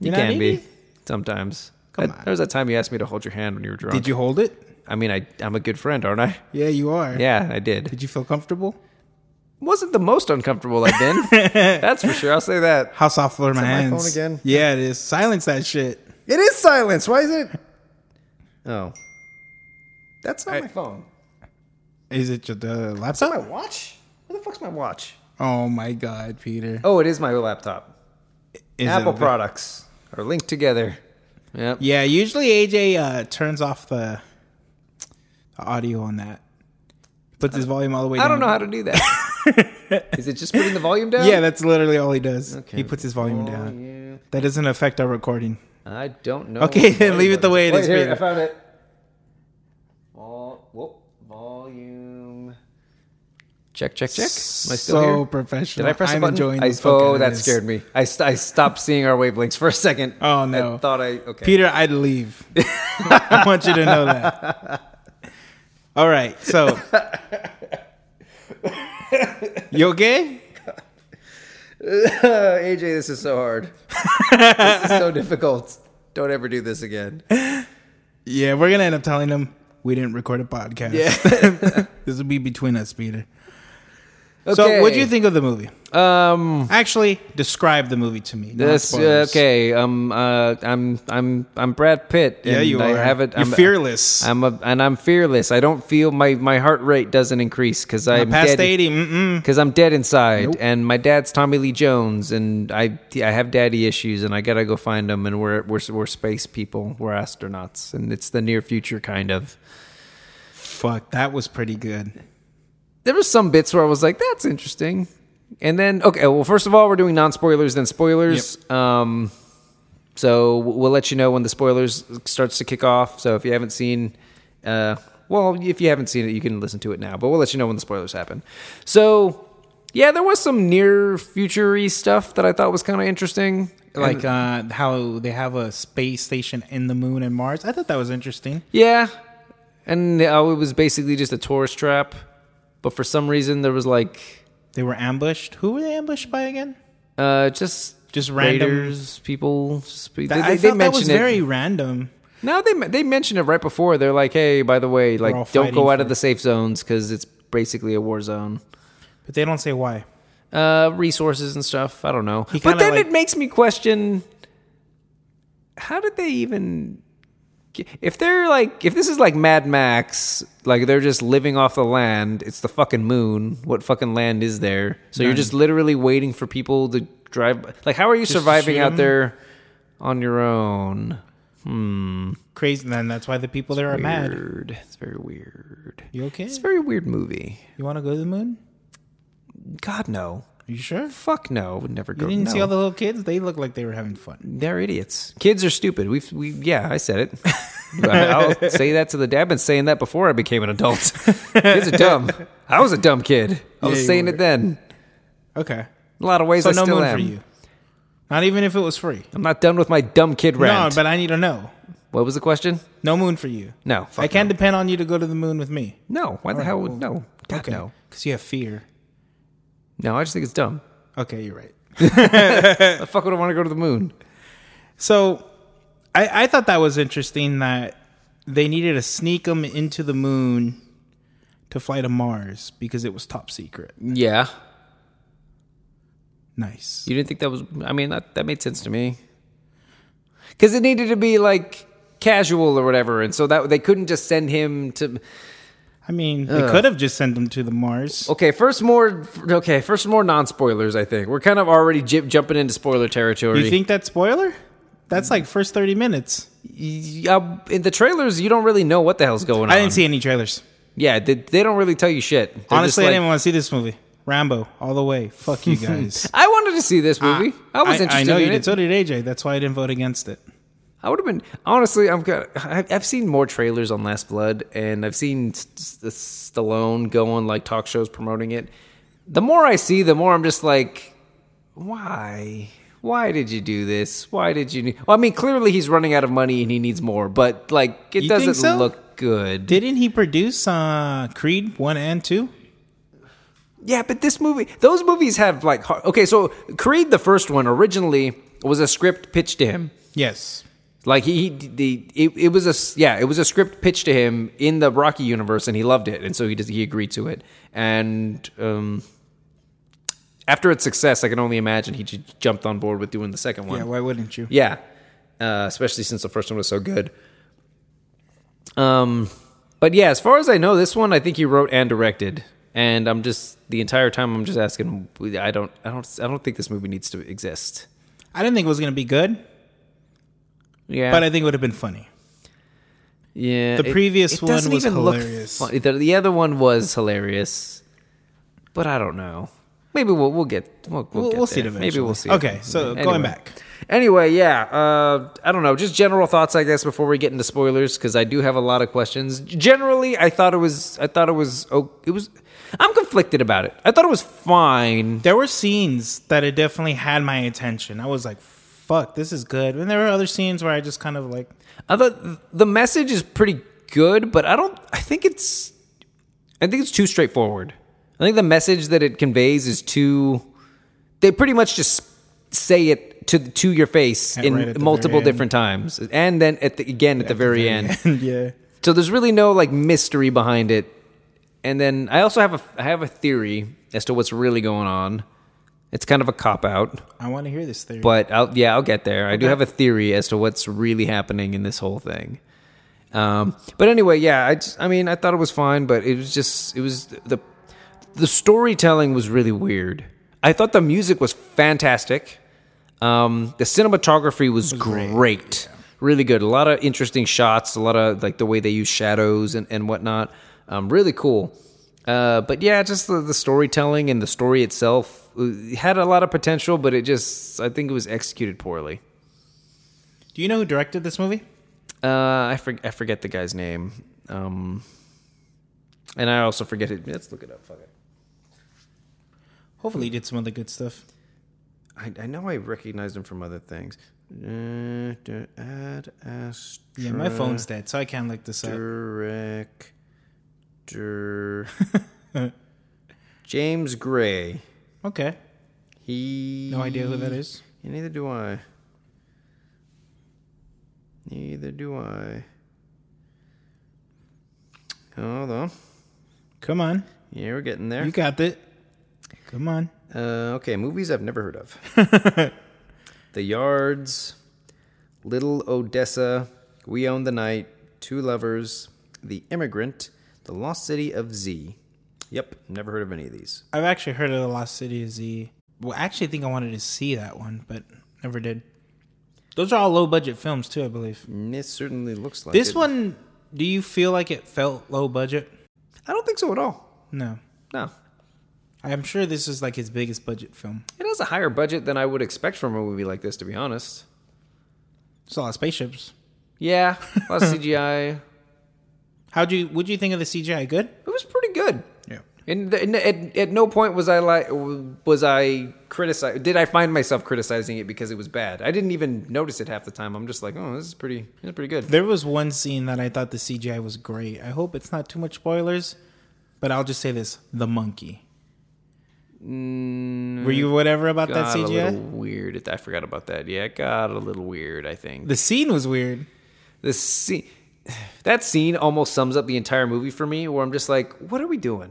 You
You're not
can be
needy?
sometimes.
Come
That-
on.
There was that time you asked me to hold your hand when you were drunk.
Did you hold it?
I mean, I I'm a good friend, aren't I?
Yeah, you are.
Yeah, I did.
Did you feel comfortable?
Wasn't the most uncomfortable I've been. That's for sure. I'll say that.
How soft were my
my
hands?
phone again?
Yeah, it is. Silence that shit.
It is silence. Why is it? Oh, that's not
I-
my phone.
Is it your the laptop?
watch. Where the fuck's my watch?
Oh my god, Peter.
Oh, it is my laptop.
Is it
Apple
over?
products are linked together. Yep.
Yeah, usually AJ uh, turns off the, the audio on that. Puts his volume all the way down.
I don't know how to do that. Is it just putting the volume down?
Yeah, that's literally all he does.
Okay.
He puts his volume down. That doesn't affect our recording.
I don't know.
Okay,
what
then leave it the way it
Wait,
is,
here,
Peter.
I found it. Vol- whoop, volume. Check, check, check. Am I still
so
here?
professional.
Did I press
I'm
a button?
enjoying
I,
the fuck out
oh,
of
that
this.
scared me. I, st- I stopped seeing our wavelengths for a second.
Oh, no.
I thought I okay.
Peter, I'd leave. I want you to know that. All right, so you okay?
AJ, Uh, this is so hard. this is so difficult. Don't ever do this again.
Yeah, we're gonna end up telling him we didn't record a podcast. this will be between us, Peter. So, what do you think of the movie?
Um,
Actually, describe the movie to me. not
This uh,
spoilers.
okay. Um, uh, I'm I'm I'm Brad Pitt. And
Yeah, you
I
are.
Have it,
You're
I'm, uh,
fearless.
I'm a, and I'm fearless. I don't feel my my heart rate doesn't increase because I'm
past
dead,
eighty. Mm-mm.
Because I'm dead inside,
Nope.
and my dad's Tommy Lee Jones, and I I have daddy issues, and I gotta go find them. And we're we're we're space people. We're astronauts, and it's the near future kind of.
Fuck, that was pretty good.
there were some bits where I was like, that's interesting. And then, okay, well, first of all, we're doing non spoilers, then spoilers. Um, so we'll let you know when the spoilers starts to kick off. So if you haven't seen uh, well, if you haven't seen it, you can listen to it now, but we'll let you know when the spoilers happen. So, yeah, there was some near future stuff that I thought was kind of interesting.
Like uh, how they have a space station in the moon and Mars. I thought that was interesting.
Yeah, and uh, it was basically just a tourist trap, but for some reason there was like
They were ambushed. Who were they ambushed by again?
uh, just
Just random-
raiders, people. Just, they,
That-
they,
I
they
thought that was
mentioned it.
very random.
No, they they mentioned it right before. They're like, "Hey, by the way,
all
like, don't
fighting
go out of
for-
the safe zones because it's basically a war zone."
But they don't say why.
Uh, resources and stuff. I don't know,
He
but
kinda,
then
like-
it makes me question: How did they even? If they're like, if this is like Mad Max, like they're just living off the land. It's the fucking moon. What fucking land is there? So you're just literally waiting for people to drive. Like, how are you surviving
shoot
out
'em?
there on your own?
Crazy. Then that's why the people there are mad.
Weird. It's very weird.
You okay?
It's a very weird movie.
You want to go to the moon?
God no.
you sure?
Fuck no. Would never go.
You didn't
no.
see all the little kids? They look like they were having fun.
They're idiots. Kids are stupid. We've we yeah. I said it. I- I'll say that to the dad. I've been saying that before I became an adult. Kids are dumb. I was a dumb kid. I was
Yeah, you
saying
were.
it then.
Okay.
In a lot of ways,
So
I
no
still
moon
am.
for you. Not even if it was free.
I'm not done with my dumb kid rant.
No, but I need to know.
what was the question?
No moon for you.
No.
I
fuck
can't depend on you to go to the moon with me.
No. Why the hell? would no. God
Okay.
no.
Because you have fear.
No. I just think it's dumb.
Okay, you're right.
The fuck would I want to go to the moon?
So I, I thought that was interesting that they needed to sneak them into the moon to fly to Mars because it was top secret.
Yeah.
Nice.
You didn't think that was? I mean, that that made sense to me. Because it needed to be like casual or whatever, and so that they couldn't just send him to.
I mean, they could have just sent them to the Mars.
Okay, first more. Okay, first more non spoilers. I think we're kind of already j- jumping into spoiler territory.
You think that's spoiler? That's like first 30 minutes.
Yeah, uh, in the trailers you don't really know what the hell's going on?
I didn't see any trailers.
Yeah, they, they don't really tell you shit. They're just
Honestly, I
like,
didn't want to see this movie. Rambo, all the way. Fuck you guys.
I wanted to see this movie. I was interested
Uh, I know you
in it.
did. So did AJ. That's why I didn't vote against it.
I would have been honestly. I'm kind of- I've I've seen more trailers on Last Blood, and I've seen S- S- Stallone go on like talk shows promoting it. The more I see, the more I'm just like, why? Why did you do this? Why did you? Well, I mean, clearly he's running out of money and he needs more, but like it
You think
doesn't
so?
look good.
Didn't he produce uh, Creed 1 and 2?
Yeah, but this movie, those movies have like har- okay, so Creed the first one originally was a script pitched to him.
Yes.
Like he, he the it, it was a s- yeah, it was a script pitched to him in the Rocky universe, and he loved it, and so he just he agreed to it. And um, after its success, I can only imagine he j- jumped on board with doing the second one.
Yeah, why wouldn't you?
Yeah, uh, especially since the first one was so good. Um, but yeah, as far as I know, this one I think he wrote and directed, and I'm just the entire time I'm just asking. I don't, I don't, I don't think this movie needs to exist.
I didn't think it was going to be good,
Yeah,
but I think it would have been funny.
yeah,
the previous one
doesn't
was
look
hilarious.
fun- the, the other one was hilarious, but I don't know. Maybe we'll we'll get we'll, we'll,
We'll,
get
we'll see it
there.
eventually.
Maybe we'll see. it.
Okay, so
Anyway.
going back.
Anyway, yeah, uh, I don't know. Just general thoughts, I guess, before we get into spoilers, because I do have a lot of questions. Generally, I thought it was, I thought it was, oh, it was. I'm conflicted about it. I thought it was fine.
There were scenes that it definitely had my attention. I was like, fuck, this is good. And there were other scenes where I just kind of like,
I thought the message is pretty good, but I don't. I think it's, I think it's too straightforward. I think the message that it conveys is too. They pretty much just say it to to your face in
right at the
multiple
very end.
different times, and then at the again at, the, very, end.
yeah.
So there's really no like mystery behind it. And then I also have a I have a theory as to what's really going on. It's kind of a cop out,
I want to hear this theory.
but I'll, yeah, I'll get there. I do have a theory as to what's really happening in this whole thing. Um, but anyway, yeah, I just, I mean, I thought it was fine, but it was just it was the the storytelling was really weird. I thought the music was fantastic. Um, the cinematography was, great, really good. A lot of interesting shots, a lot of like the way they use shadows and and whatnot. Um, really cool. Uh, but yeah, just the, the storytelling and the story itself uh, had a lot of potential, but it just I think it was executed poorly.
Do you know who directed this movie?
Uh, I, for, I forget the guy's name. Um, And I also forget it. Let's look it up. Fuck it.
Hopefully, he did some other good stuff.
I, I know I recognized him from other things. Uh, d- Ad Astra.
Yeah, my phone's dead, so I can't look this up.
Director. James Gray.
Okay.
He.
No idea who that is.
Yeah, neither do I. Neither do I. Hold on.
Come on.
Yeah, we're getting there.
You got it. Come on.
Uh, okay, movies I've never heard of. the Yards, Little Odessa, We Own the Night, Two Lovers, The Immigrant, The Lost City of Z. Yep, never heard of any of these.
I've actually heard of The Lost City of Z. Well, I actually think I wanted to see that one, but never did. Those are all low budget films, too, I believe.
And It certainly looks like
This
it.
one, do you feel like it felt low budget?
I don't think so at all.
No.
No,
I'm sure this is like his biggest budget film.
it has a higher budget than I would expect from a movie like this. To be honest,
It's a lot of spaceships.
yeah, a lot of CGI.
How'd you, what'd you think of the CGI? Good?
It was pretty good.
Yeah.
And, th- and at, at no point was I like was I criticize did I find myself criticizing it because it was bad? I didn't even notice it half the time. I'm just like, oh, this is pretty, this is pretty good.
There was one scene that I thought the CGI was great. I hope it's not too much spoilers, but I'll just say this the monkey. Were you whatever about that
Mm, got a
CGI?
little weird. It- I forgot about that. Yeah, it got a little weird. I think
The scene was weird.
the scene, that scene almost sums up the entire movie for me. Where I'm just like, what are we doing?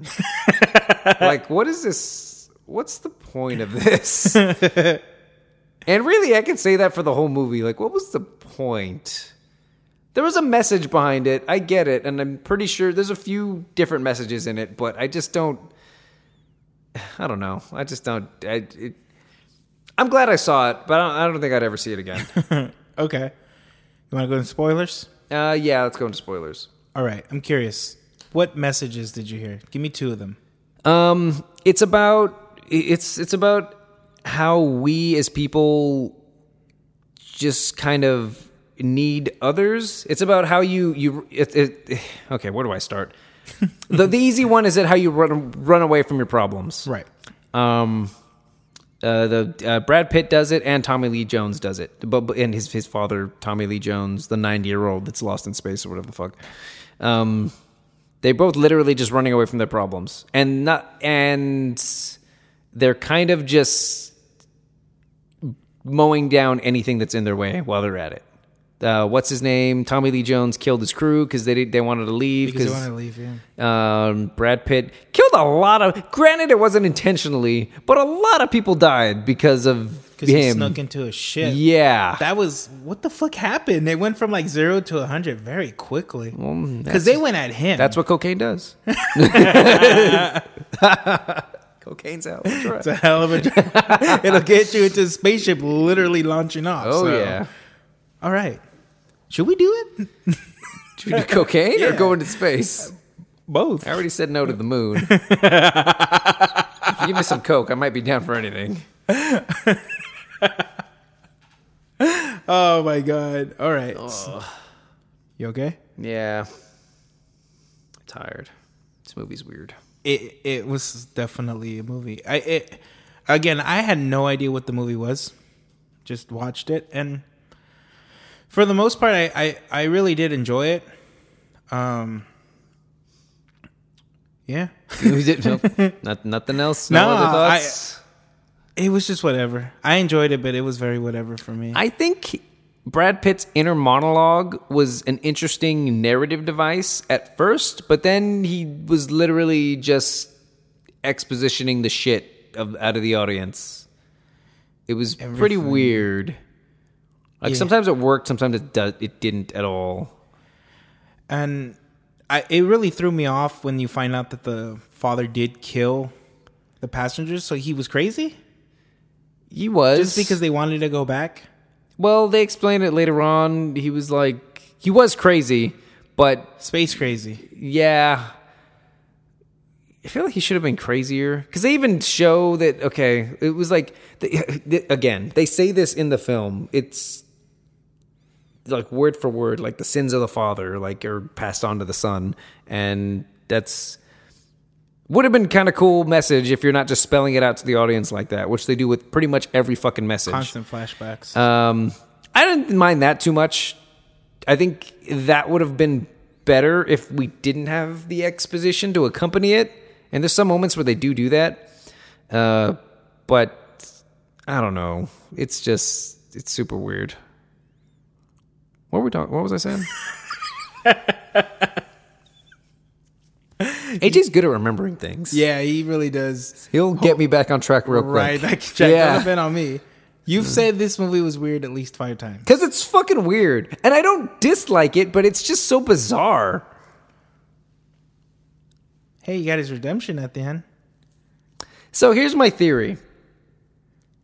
like, what is this? What's the point of this? and really, I can say that for the whole movie. Like, what was the point? There was a message behind it. I get it, and I'm pretty sure there's a few different messages in it, but I just don't. I don't know. I just don't. I, it, I'm glad I saw it, but I don't, I don't think I'd ever see it again.
Okay. You want to go into spoilers?
Uh, yeah, let's go into spoilers.
All right. I'm curious. What messages did you hear? Give me two of them.
Um, it's about it's it's about how we as people just kind of need others. It's about how you you it, it, okay. Where do I start? the the easy one is that how you run run away from your problems.
Right.
Um, uh, the uh, Brad Pitt does it, and Tommy Lee Jones does it. But, but and his his father, Tommy Lee Jones, the ninety year old that's lost in space or whatever the fuck. Um, they both literally just running away from their problems, and not and they're kind of just mowing down anything that's in their way while they're at it. Uh, what's his name? Tommy Lee Jones killed his crew because they did- they wanted to leave
Because you want to leave, yeah.
um, Brad Pitt killed a lot of. Granted, it wasn't intentionally, but a lot of people died because of
Because he
him.
snuck into a ship.
yeah,
That was what the fuck happened. They went from like zero to a hundred very quickly. Because they went at him.
mm, that's what cocaine does. Cocaine's out. That's right.
It's a hell of a drive. It'll get you into a spaceship literally launching off.
Oh
so.
yeah,
All right. Should we do it?
Should we do cocaine or
Yeah.
go into space?
Both.
I already said no to the moon. If you give me some coke, I might be down for anything.
Oh my god. All right. You okay?
Yeah, tired. This movie's weird.
It it was definitely a movie. I it again, I had no idea what the movie was. Just watched it and for the most part I I, I really did enjoy it. Um yeah,
You did- nope. Not, nothing else. No,
No,
other
I-
thoughts.
it was just whatever. I enjoyed it, but it was very whatever for me.
I think Brad Pitt's inner monologue was an interesting narrative device at first, but then he was literally just expositioning the shit of, out of the audience. It was pretty weird. Like
Yeah.
sometimes it worked, sometimes it do- it didn't at all.
and I, it really threw me off when you find out that the father did kill the passengers. So he was crazy
He was
just because they wanted to go back.
well, they explained it later on. He was like he was crazy, but
Space crazy.
Yeah. I feel like he should have been crazier because they even show that. Okay, it was like the, again they say this in the film. It's like word for word, like the sins of the father, like are passed on to the son, and that's Would have been kind of cool message if you're not just spelling it out to the audience like that, which they do with pretty much every fucking message.
Constant flashbacks.
Um, I didn't mind that too much. I think that would have been better if we didn't have the exposition to accompany it. And there's some moments where they do do that, uh, but I don't know. It's just it's super weird. What were we talking? What was I saying? AJ's good at remembering things.
yeah, he really does.
He'll get me back on track real quick.
Right, like Jack,
Yeah. Mm.
yeah. been on me. You've said this movie was weird at least five times.
Because it's fucking weird. And I don't dislike it, but it's just so bizarre.
Hey, he got his redemption at the end.
So here's my theory.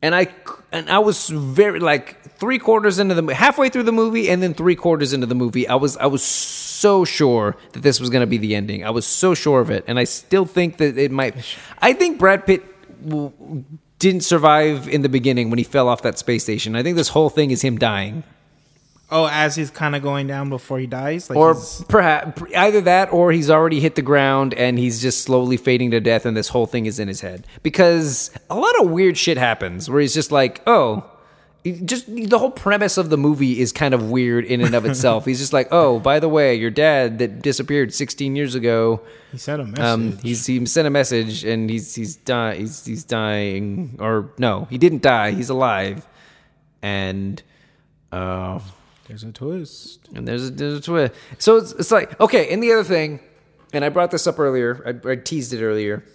And I and I was very like three quarters into the mo- halfway through the movie, and then three quarters into the movie, I was I was so sure that this was going to be the ending. I was so sure of it, and I still think that it might. I think Brad Pitt w- didn't survive in the beginning when he fell off that space station. I think this whole thing is him dying.
Oh, as he's kind of going down before he dies, like
or
he's-
perhaps either that or he's already hit the ground and he's just slowly fading to death and this whole thing is in his head because a lot of weird shit happens where he's just like oh just the whole premise of the movie is kind of weird in and of itself he's just like oh by the way your dad that disappeared 16 years ago
he sent a message.
um, he's he sent a message and he's he's die he's he's dying or no he didn't die he's alive and uh
There's a twist.
and there's a, there's a twist. So it's, it's like, okay, and the other thing, and I brought this up earlier, I, I teased it earlier.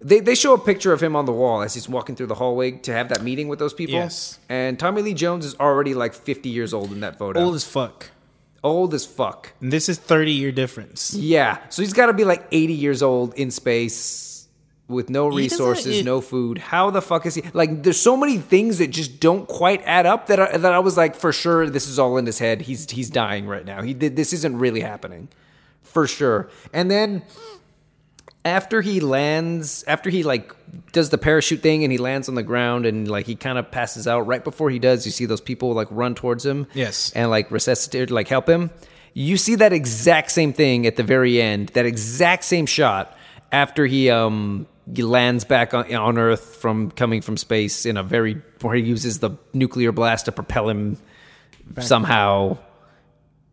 They, they show a picture of him on the wall as he's walking through the hallway to have that meeting with those people.
Yes.
And Tommy Lee Jones is already like 50 years old in that photo.
Old
Old,
as fuck.
as fuck.
And this is 30 year difference.
Yeah. So he's got to be like 80 years old in space with no
doesn't-
resources,
it-
no food. How the fuck is he? Like, there's so many things that just don't quite add up that I, that I was like, for sure, this is all in his head. He's he's dying right now. He did this isn't really happening, for sure. And then after he lands, after he like does the parachute thing and he lands on the ground and like he kind of passes out. Right before he does, you see those people like run towards him.
Yes.
and like resuscitate, like help him. You see that exact same thing at the very end. That exact same shot after he um he lands back on, on Earth from coming from space in a very where he uses the nuclear blast to propel him somehow.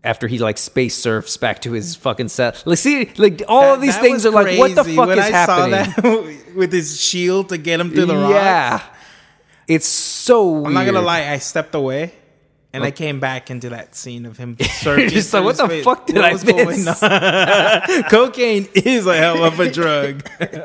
After he like space surfs back to his fucking set, like see, like all of these
That
things are
was
like, what the
crazy.
fuck
When
is
I
happening?
Saw that with his shield to get him through the rock.
Yeah, it's so. Weird.
I'm not gonna lie, I stepped away and I came back into that scene of him searching.
Just like,
through
what the
space.
fuck did
What
I
was
miss?
going on? Cocaine is a hell of a drug.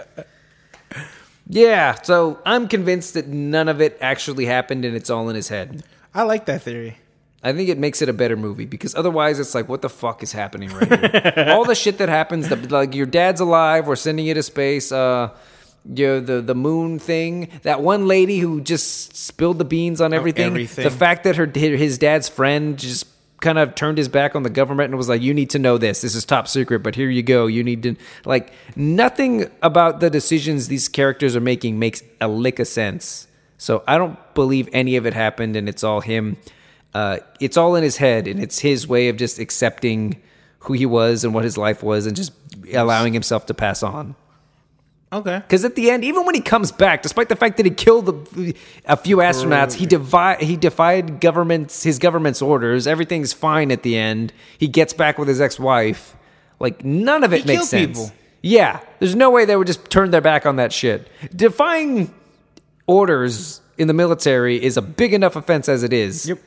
Yeah, so I'm convinced that none of it actually happened and it's all in his head.
I like that theory.
I think it makes it a better movie because otherwise it's like, what the fuck is happening right here? all the shit that happens, the, like your dad's alive, we're sending you to space. Uh, you know, the the moon thing, that one lady who just spilled the beans on everything.
Oh, everything.
The fact that her his dad's friend just kind of turned his back on the government and was like, "You need to know this. This is top secret, but here you go. You need to like nothing about the decisions these characters are making makes a lick of sense." So I don't believe any of it happened, and it's all him. Uh, it's all in his head, and it's his way of just accepting who he was and what his life was, and just allowing himself to pass on.
Okay.
Because at the end, even when he comes back, despite the fact that he killed the, a few astronauts, he defi- he defied government's his government's orders. Everything's fine at the end. He gets back with his ex wife. Like none of it
He
makes
killed
sense.
people.
Yeah, there's no way they would just turn their back on that shit. Defying orders in the military is a big enough offense as it is.
Yep.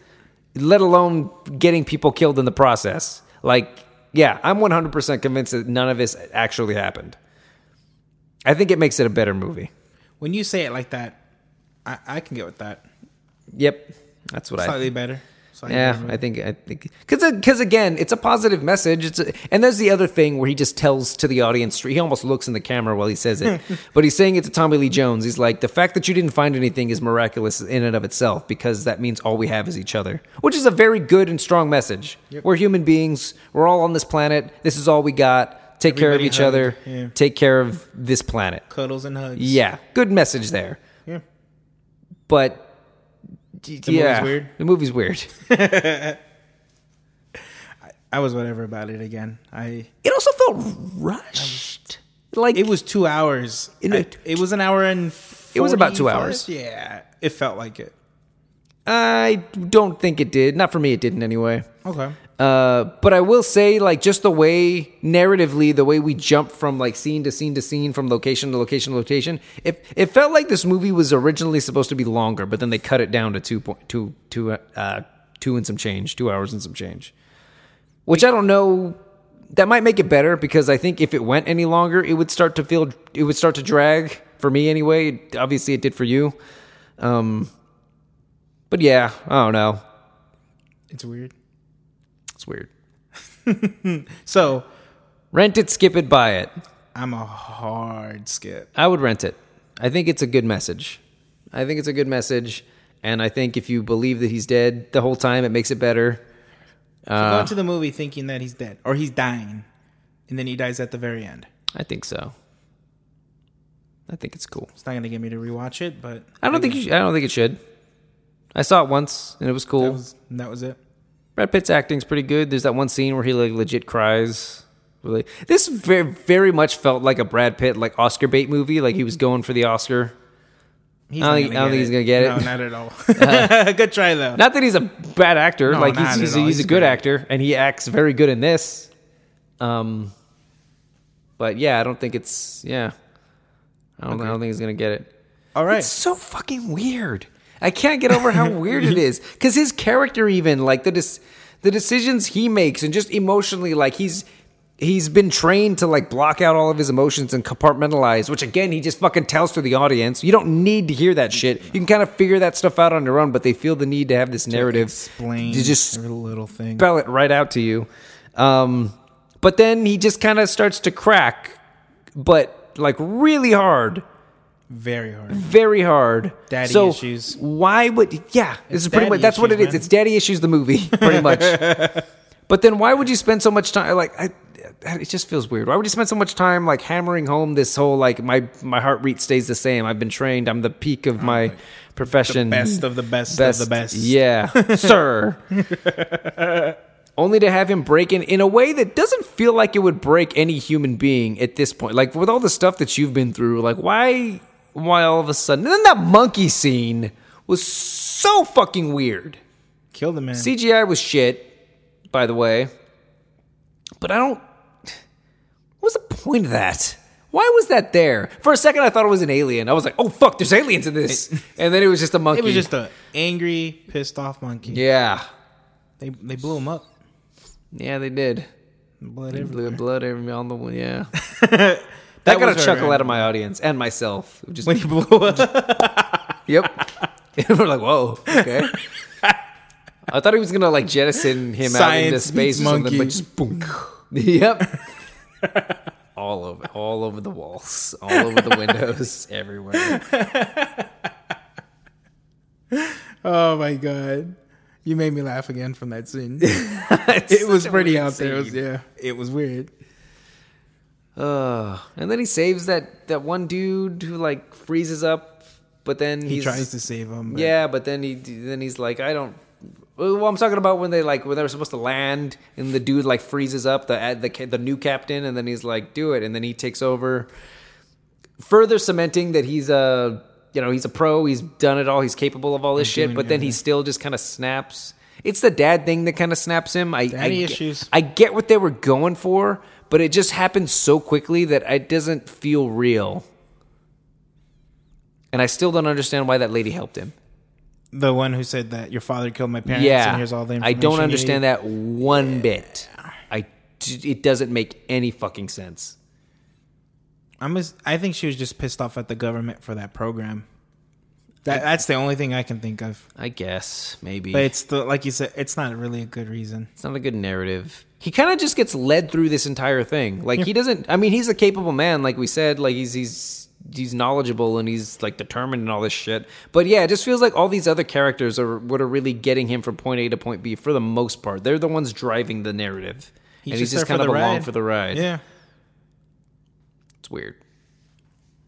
Let alone getting people killed in the process. Like, yeah, I'm 100% convinced that none of this actually happened. I think it makes it a better movie.
When you say it like that, I, I can get with that.
Yep, that's what I.
Slightly better. Slightly
Yeah,
better.
I think I think because because again, it's a positive message. It's a, and there's the other thing where he just tells to the audience. He almost looks in the camera while he says it, but he's saying it to Tommy Lee Jones. He's like, the fact that you didn't find anything is miraculous in and of itself because that means all we have is each other, which is a very good and strong message. We're human beings. We're all on this planet. This is all we got. Take care of
Everybody
each
hug,
other.
yeah.
Take care of this planet.
Cuddles and hugs.
Yeah, good message there.
Yeah.
But yeah,
weird?
The movie's weird.
I was whatever about it again. I
It also felt rushed. like
It was two hours.
It-
I- it was an hour and.
It was about two
45?
hours.
Yeah, it felt like it.
I don't think it did. Not for me, it didn't anyway.
Okay.
Uh, but I will say, like, just the way narratively, the way we jump from like scene to scene to scene, from location to location to location, it it felt like this movie was originally supposed to be longer, but then they cut it down to two point two two uh, two and some change, two hours and some change, which I don't know. That might make it better because I think if it went any longer, it would start to feel it would start to drag for me anyway. Obviously, it did for you. Um, but yeah, I don't know.
It's weird.
It's weird.
So
Rent it, skip it, buy it.
I'm a hard skip.
I would rent it. I think it's a good message. I think it's a good message, and I think if you believe that he's dead the whole time, it makes it better. Uh,
Go to the movie thinking that he's dead or he's dying, and then he dies at the very end.
I think so. I think it's cool.
It's not gonna get me to rewatch it, but
I don't think you. Should, I don't think it should. I saw it once and it was
that
cool.
was that was it.
Brad Pitt's acting's pretty good. There's that one scene where he like legit cries. Really, this very very much felt like a Brad Pitt like Oscar bait movie. Like he was going for the Oscar.
He's
I don't think- I don't think he's gonna get it. Uh,
No, not at all. good try though.
Not that he's a bad actor.
No,
like he's
not at
he's,
all.
he's a
He's
good
great.
actor, and he acts very good in this. Um, but yeah, I don't think it's yeah. I don't, I don't think he's gonna get it.
all right.
It's so fucking weird. I can't get over how weird it is because his character, even like the des- the decisions he makes, and just emotionally, like he's he's been trained to like block out all of his emotions and compartmentalize. Which again, he just fucking tells to the audience. You don't need to hear that shit. You can kind of figure that stuff out on your own, but they feel the need to have this narrative
Explain
to just
every little thing.
spell it right out to you. Um, but then he just kind of starts to crack, but like really hard
Very hard.
very hard.
Daddy
so
issues.
Why would yeah? This is pretty
daddy
much that's what it
issues,
is.
man.
It's daddy issues the movie pretty much. but then why would you spend so much time like I, it just feels weird. Why would you spend so much time like hammering home this whole like my my heart rate stays the same. I've been trained. I'm the peak of my profession.
Best of the best, of the best.
Mm-hmm. Yeah, sir. Only to have him break in in a way that doesn't feel like it would break any human being at this point. Like with all the stuff that you've been through, like why, why all of a sudden? And then that monkey scene was so fucking weird.
Kill the man.
CGI was shit, by the way. But I don't. What's the point of that? Why was that there? For a second, I thought it was an alien. I was like, "Oh fuck, there's aliens in this," and then it was just a monkey.
it was just an angry, pissed off monkey.
yeah,
They they blew him up.
yeah, they did.
Blood
Blew
everywhere.
blood every on the one. Yeah, that
That
got
was
a
her-
chuckle out of my audience and myself. It Just
When he blew up.
yep. And we're like, "Whoa, okay." I thought he was gonna like jettison him out into
Science
space
meets
or something, but
monkey.
just boom. yep. all over, all over the walls, all over the windows, everywhere.
Oh my god. You made me laugh again from that scene.
It's
it was
such a
pretty
weird
out there. It was,
scene.
yeah, it was weird.
Ugh. and then he saves that that one dude who like freezes up, but then
He
he's,
tries to save him. But
Yeah, but then he then he's like, I don't. Well, I'm talking about when they like when they were supposed to land, and the dude like freezes up the the ca- the new captain, and then he's like, do it, and then he takes over, further cementing that he's a you know he's a pro, he's done it all, he's capable of all this shit.
doing
But then he still just kind of snaps. It's the dad thing that kind of snaps him. I
Daddy
I, ge-
issues.
I get what they were going for, but it just happened so quickly that it doesn't feel real. And I still don't understand why that lady helped him.
the one who said that your father killed my parents.
Yeah,
and here's all the
I
information.
don't understand that one bit. I d- it doesn't make any fucking sense.
I'm. as- I think she was just pissed off at the government for that program. That that's the only thing I can think of.
I guess maybe
But it's the like you said, it's not really a good reason.
it's not a good narrative. He kind of just gets led through this entire thing. Like he doesn't. I mean, he's a capable man, like we said. Like he's he's he's knowledgeable and he's like determined and all this shit. But yeah, it just feels like all these other characters are what are really getting him from point A to point B for the most part. They're the ones driving the narrative, and he's just
there
kind of
for the
along
ride.
for the ride.
Yeah,
it's weird.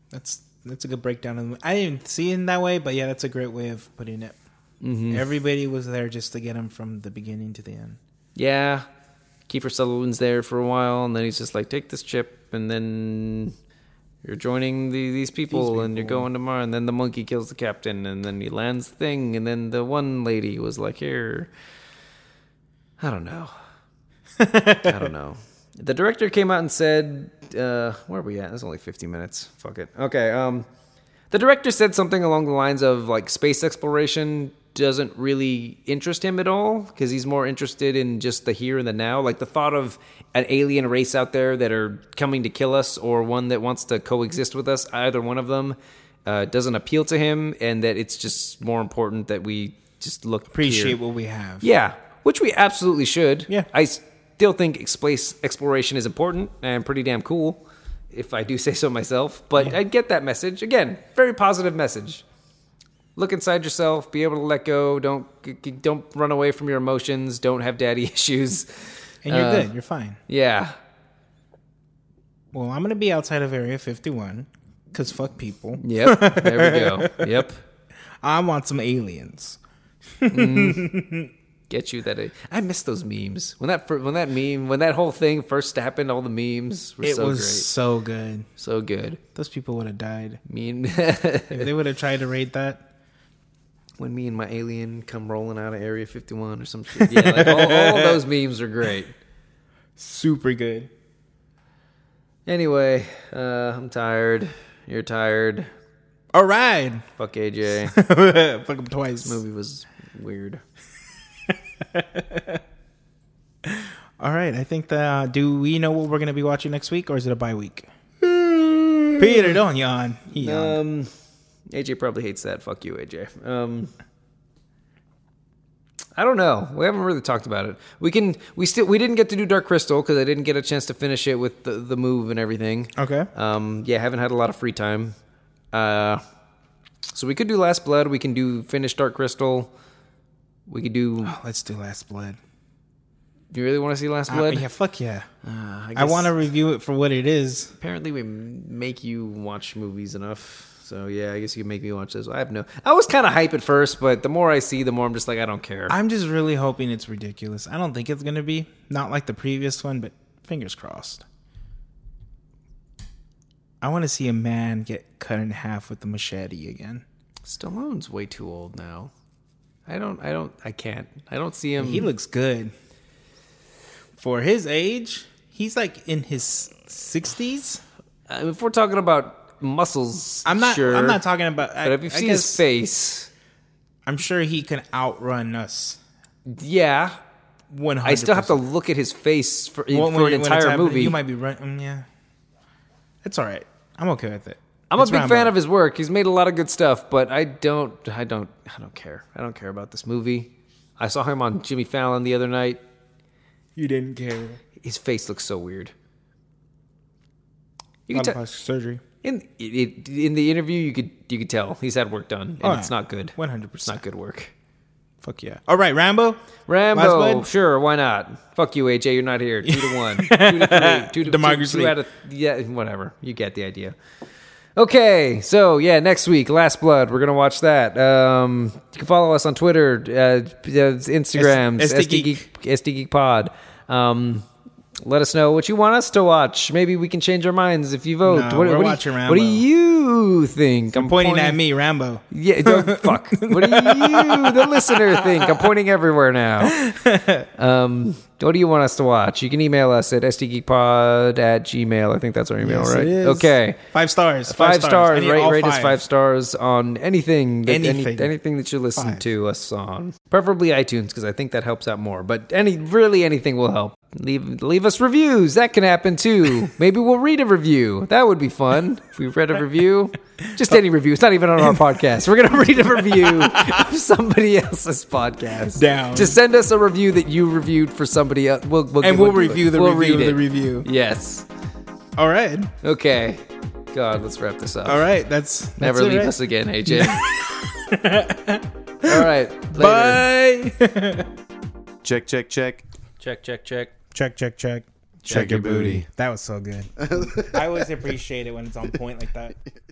that's that's a good breakdown. Of the, I didn't see it in that way, but yeah, that's a great way of putting it.
Mm-hmm.
Everybody was there just to get him from the beginning to the end.
yeah, Kiefer Sutherland's there for a while, and then he's just like, take this chip, and then you're joining the, these people, and you're going to Mars, and then the monkey kills the captain, and then he lands the thing, and then the one lady was like, here. I don't know. I don't know. The director came out and said, uh, "Where are we at? It's only 50 minutes. Fuck it. Okay. Um, the director said something along the lines of like space exploration doesn't really interest him at all because he's more interested in just the here and the now. Like the thought of an alien race out there that are coming to kill us or one that wants to coexist with us, either one of them, uh, doesn't appeal to him, and that it's just more important that we just look
Appreciate
here.
what we have.
Yeah, which we absolutely should.
Yeah.
I still think space exploration is important and pretty damn cool, if I do say so myself. But I get that message. Again, very positive message. Look inside yourself. Be able to let go. Don't don't run away from your emotions. Don't have daddy issues.
And you're
Uh,
good. You're fine.
Yeah.
Well, I'm going to be outside of Area 51 because fuck people.
Yep. There we go. Yep.
I want some aliens.
Get you that. uh, I miss those memes. When that fir- when that meme when that whole thing first happened, all the memes were
It
so
was
great,
so good.
so good.
Those people would have died.
Mean.
If they would have tried to raid that,
when me and my alien come rolling out of Area 51 or some shit. Yeah, like all, all those memes are great.
super good.
Anyway, uh, I'm tired. You're tired.
All right.
Fuck AJ.
Fuck them twice.
movie was weird.
All right. I think that. Uh, do we know what we're going to be watching next week or is it a bye week? Peter, don't yawn. He yawned.
Um, AJ probably hates that. Fuck you, AJ. Um, I don't know. We haven't really talked about it. We can. We still. We didn't get to do Dark Crystal because I didn't get a chance to finish it with the, the move and everything.
Okay.
Um, yeah, haven't had a lot of free time. Uh, so we could do Last Blood. We can do finish Dark Crystal. We could do.
Let's do Last Blood.
Do you really want to see Last
Uh,
Blood?
yeah, fuck yeah. I
guess
want to review it for what it is.
Apparently, we m- make you watch movies enough. So yeah, I guess you can make me watch this. I have no. I was kind of hype at first, but the more I see, the more I'm just like, I don't care.
I'm just really hoping it's ridiculous. I don't think it's going to be. Not like the previous one, but fingers crossed. I want to see a man get cut in half with a machete again.
Stallone's way too old now. I don't. I don't. I can't. I don't see him.
He looks good. For his age, he's like in his 60s.
I mean, Uh, if we're talking about muscles,
I'm not
Sure,
I'm not talking about I,
But if you've seen his face,
I'm sure he can outrun us.
yeah,
100%.
I still have to look at his face for,
Well,
for
when
an
you- when it's
entire
happening,
movie.
You might be running. Yeah. It's all right. I'm okay with it.
I'm a big fan of his work. He's made a lot of good stuff, but I don't, I don't, I don't care. I don't care about this movie. I saw him on Jimmy Fallon the other night.
You didn't care.
His face looks so weird. You
You
can tell
surgery.
in it, in the interview. You could you could tell he's had work done, and
Oh,
it's
yeah.
not good.
100%.
It's not good work.
Fuck yeah. All right, Rambo.
Rambo,
Last bud?
sure, why not? Fuck you, AJ. You're not here. Two to one, two to three, two to
Democracy.
Two, two out of yeah, whatever. You get the idea. Okay, so yeah, next week, Last Blood, we're gonna watch that. Um, you can follow us on Twitter, uh, uh, Instagram,
S-
SD Geek, SD Geek Pod. Um, let us know what you want us to watch. Maybe we can change our minds if you vote.
No, we're
what, what do you-
watching
What do
Rambo.
you think?
I'm pointing, at me, Rambo.
Yeah, don't, fuck. What do you, the listener, think? I'm pointing everywhere now. Um, what do you want us to watch? You can email us at sdgeekpod at gmail. I think that's our email, right? Okay.
Five stars.
Five,
I
stars.
need
Rate,
all
rate us five stars on anything, that,
Anything.
Any, anything that you listen
Five.
to us on. Preferably iTunes because I think that helps out more. But any, really, anything will help. Leave, leave us reviews. That can happen too. Maybe we'll read a review. That would be fun if we read a review. Just
Oh.
any review. It's not even on our podcast. We're gonna read a review of somebody else's podcast.
Down.
Just send us a review that you reviewed for somebody else. We'll, we'll
And
give
we'll
it to
review
it.
the
We'll
review of
read
the
it.
review.
Yes.
All right.
Okay. God, let's wrap this up.
All right. That's, that's
Never
it,
leave
right?
us again, AJ. All right. Later.
Bye.
Check, check, check.
Check, check, check.
check, check, check.
Check your booty.
That was so good. I always appreciate it when it's on point like that.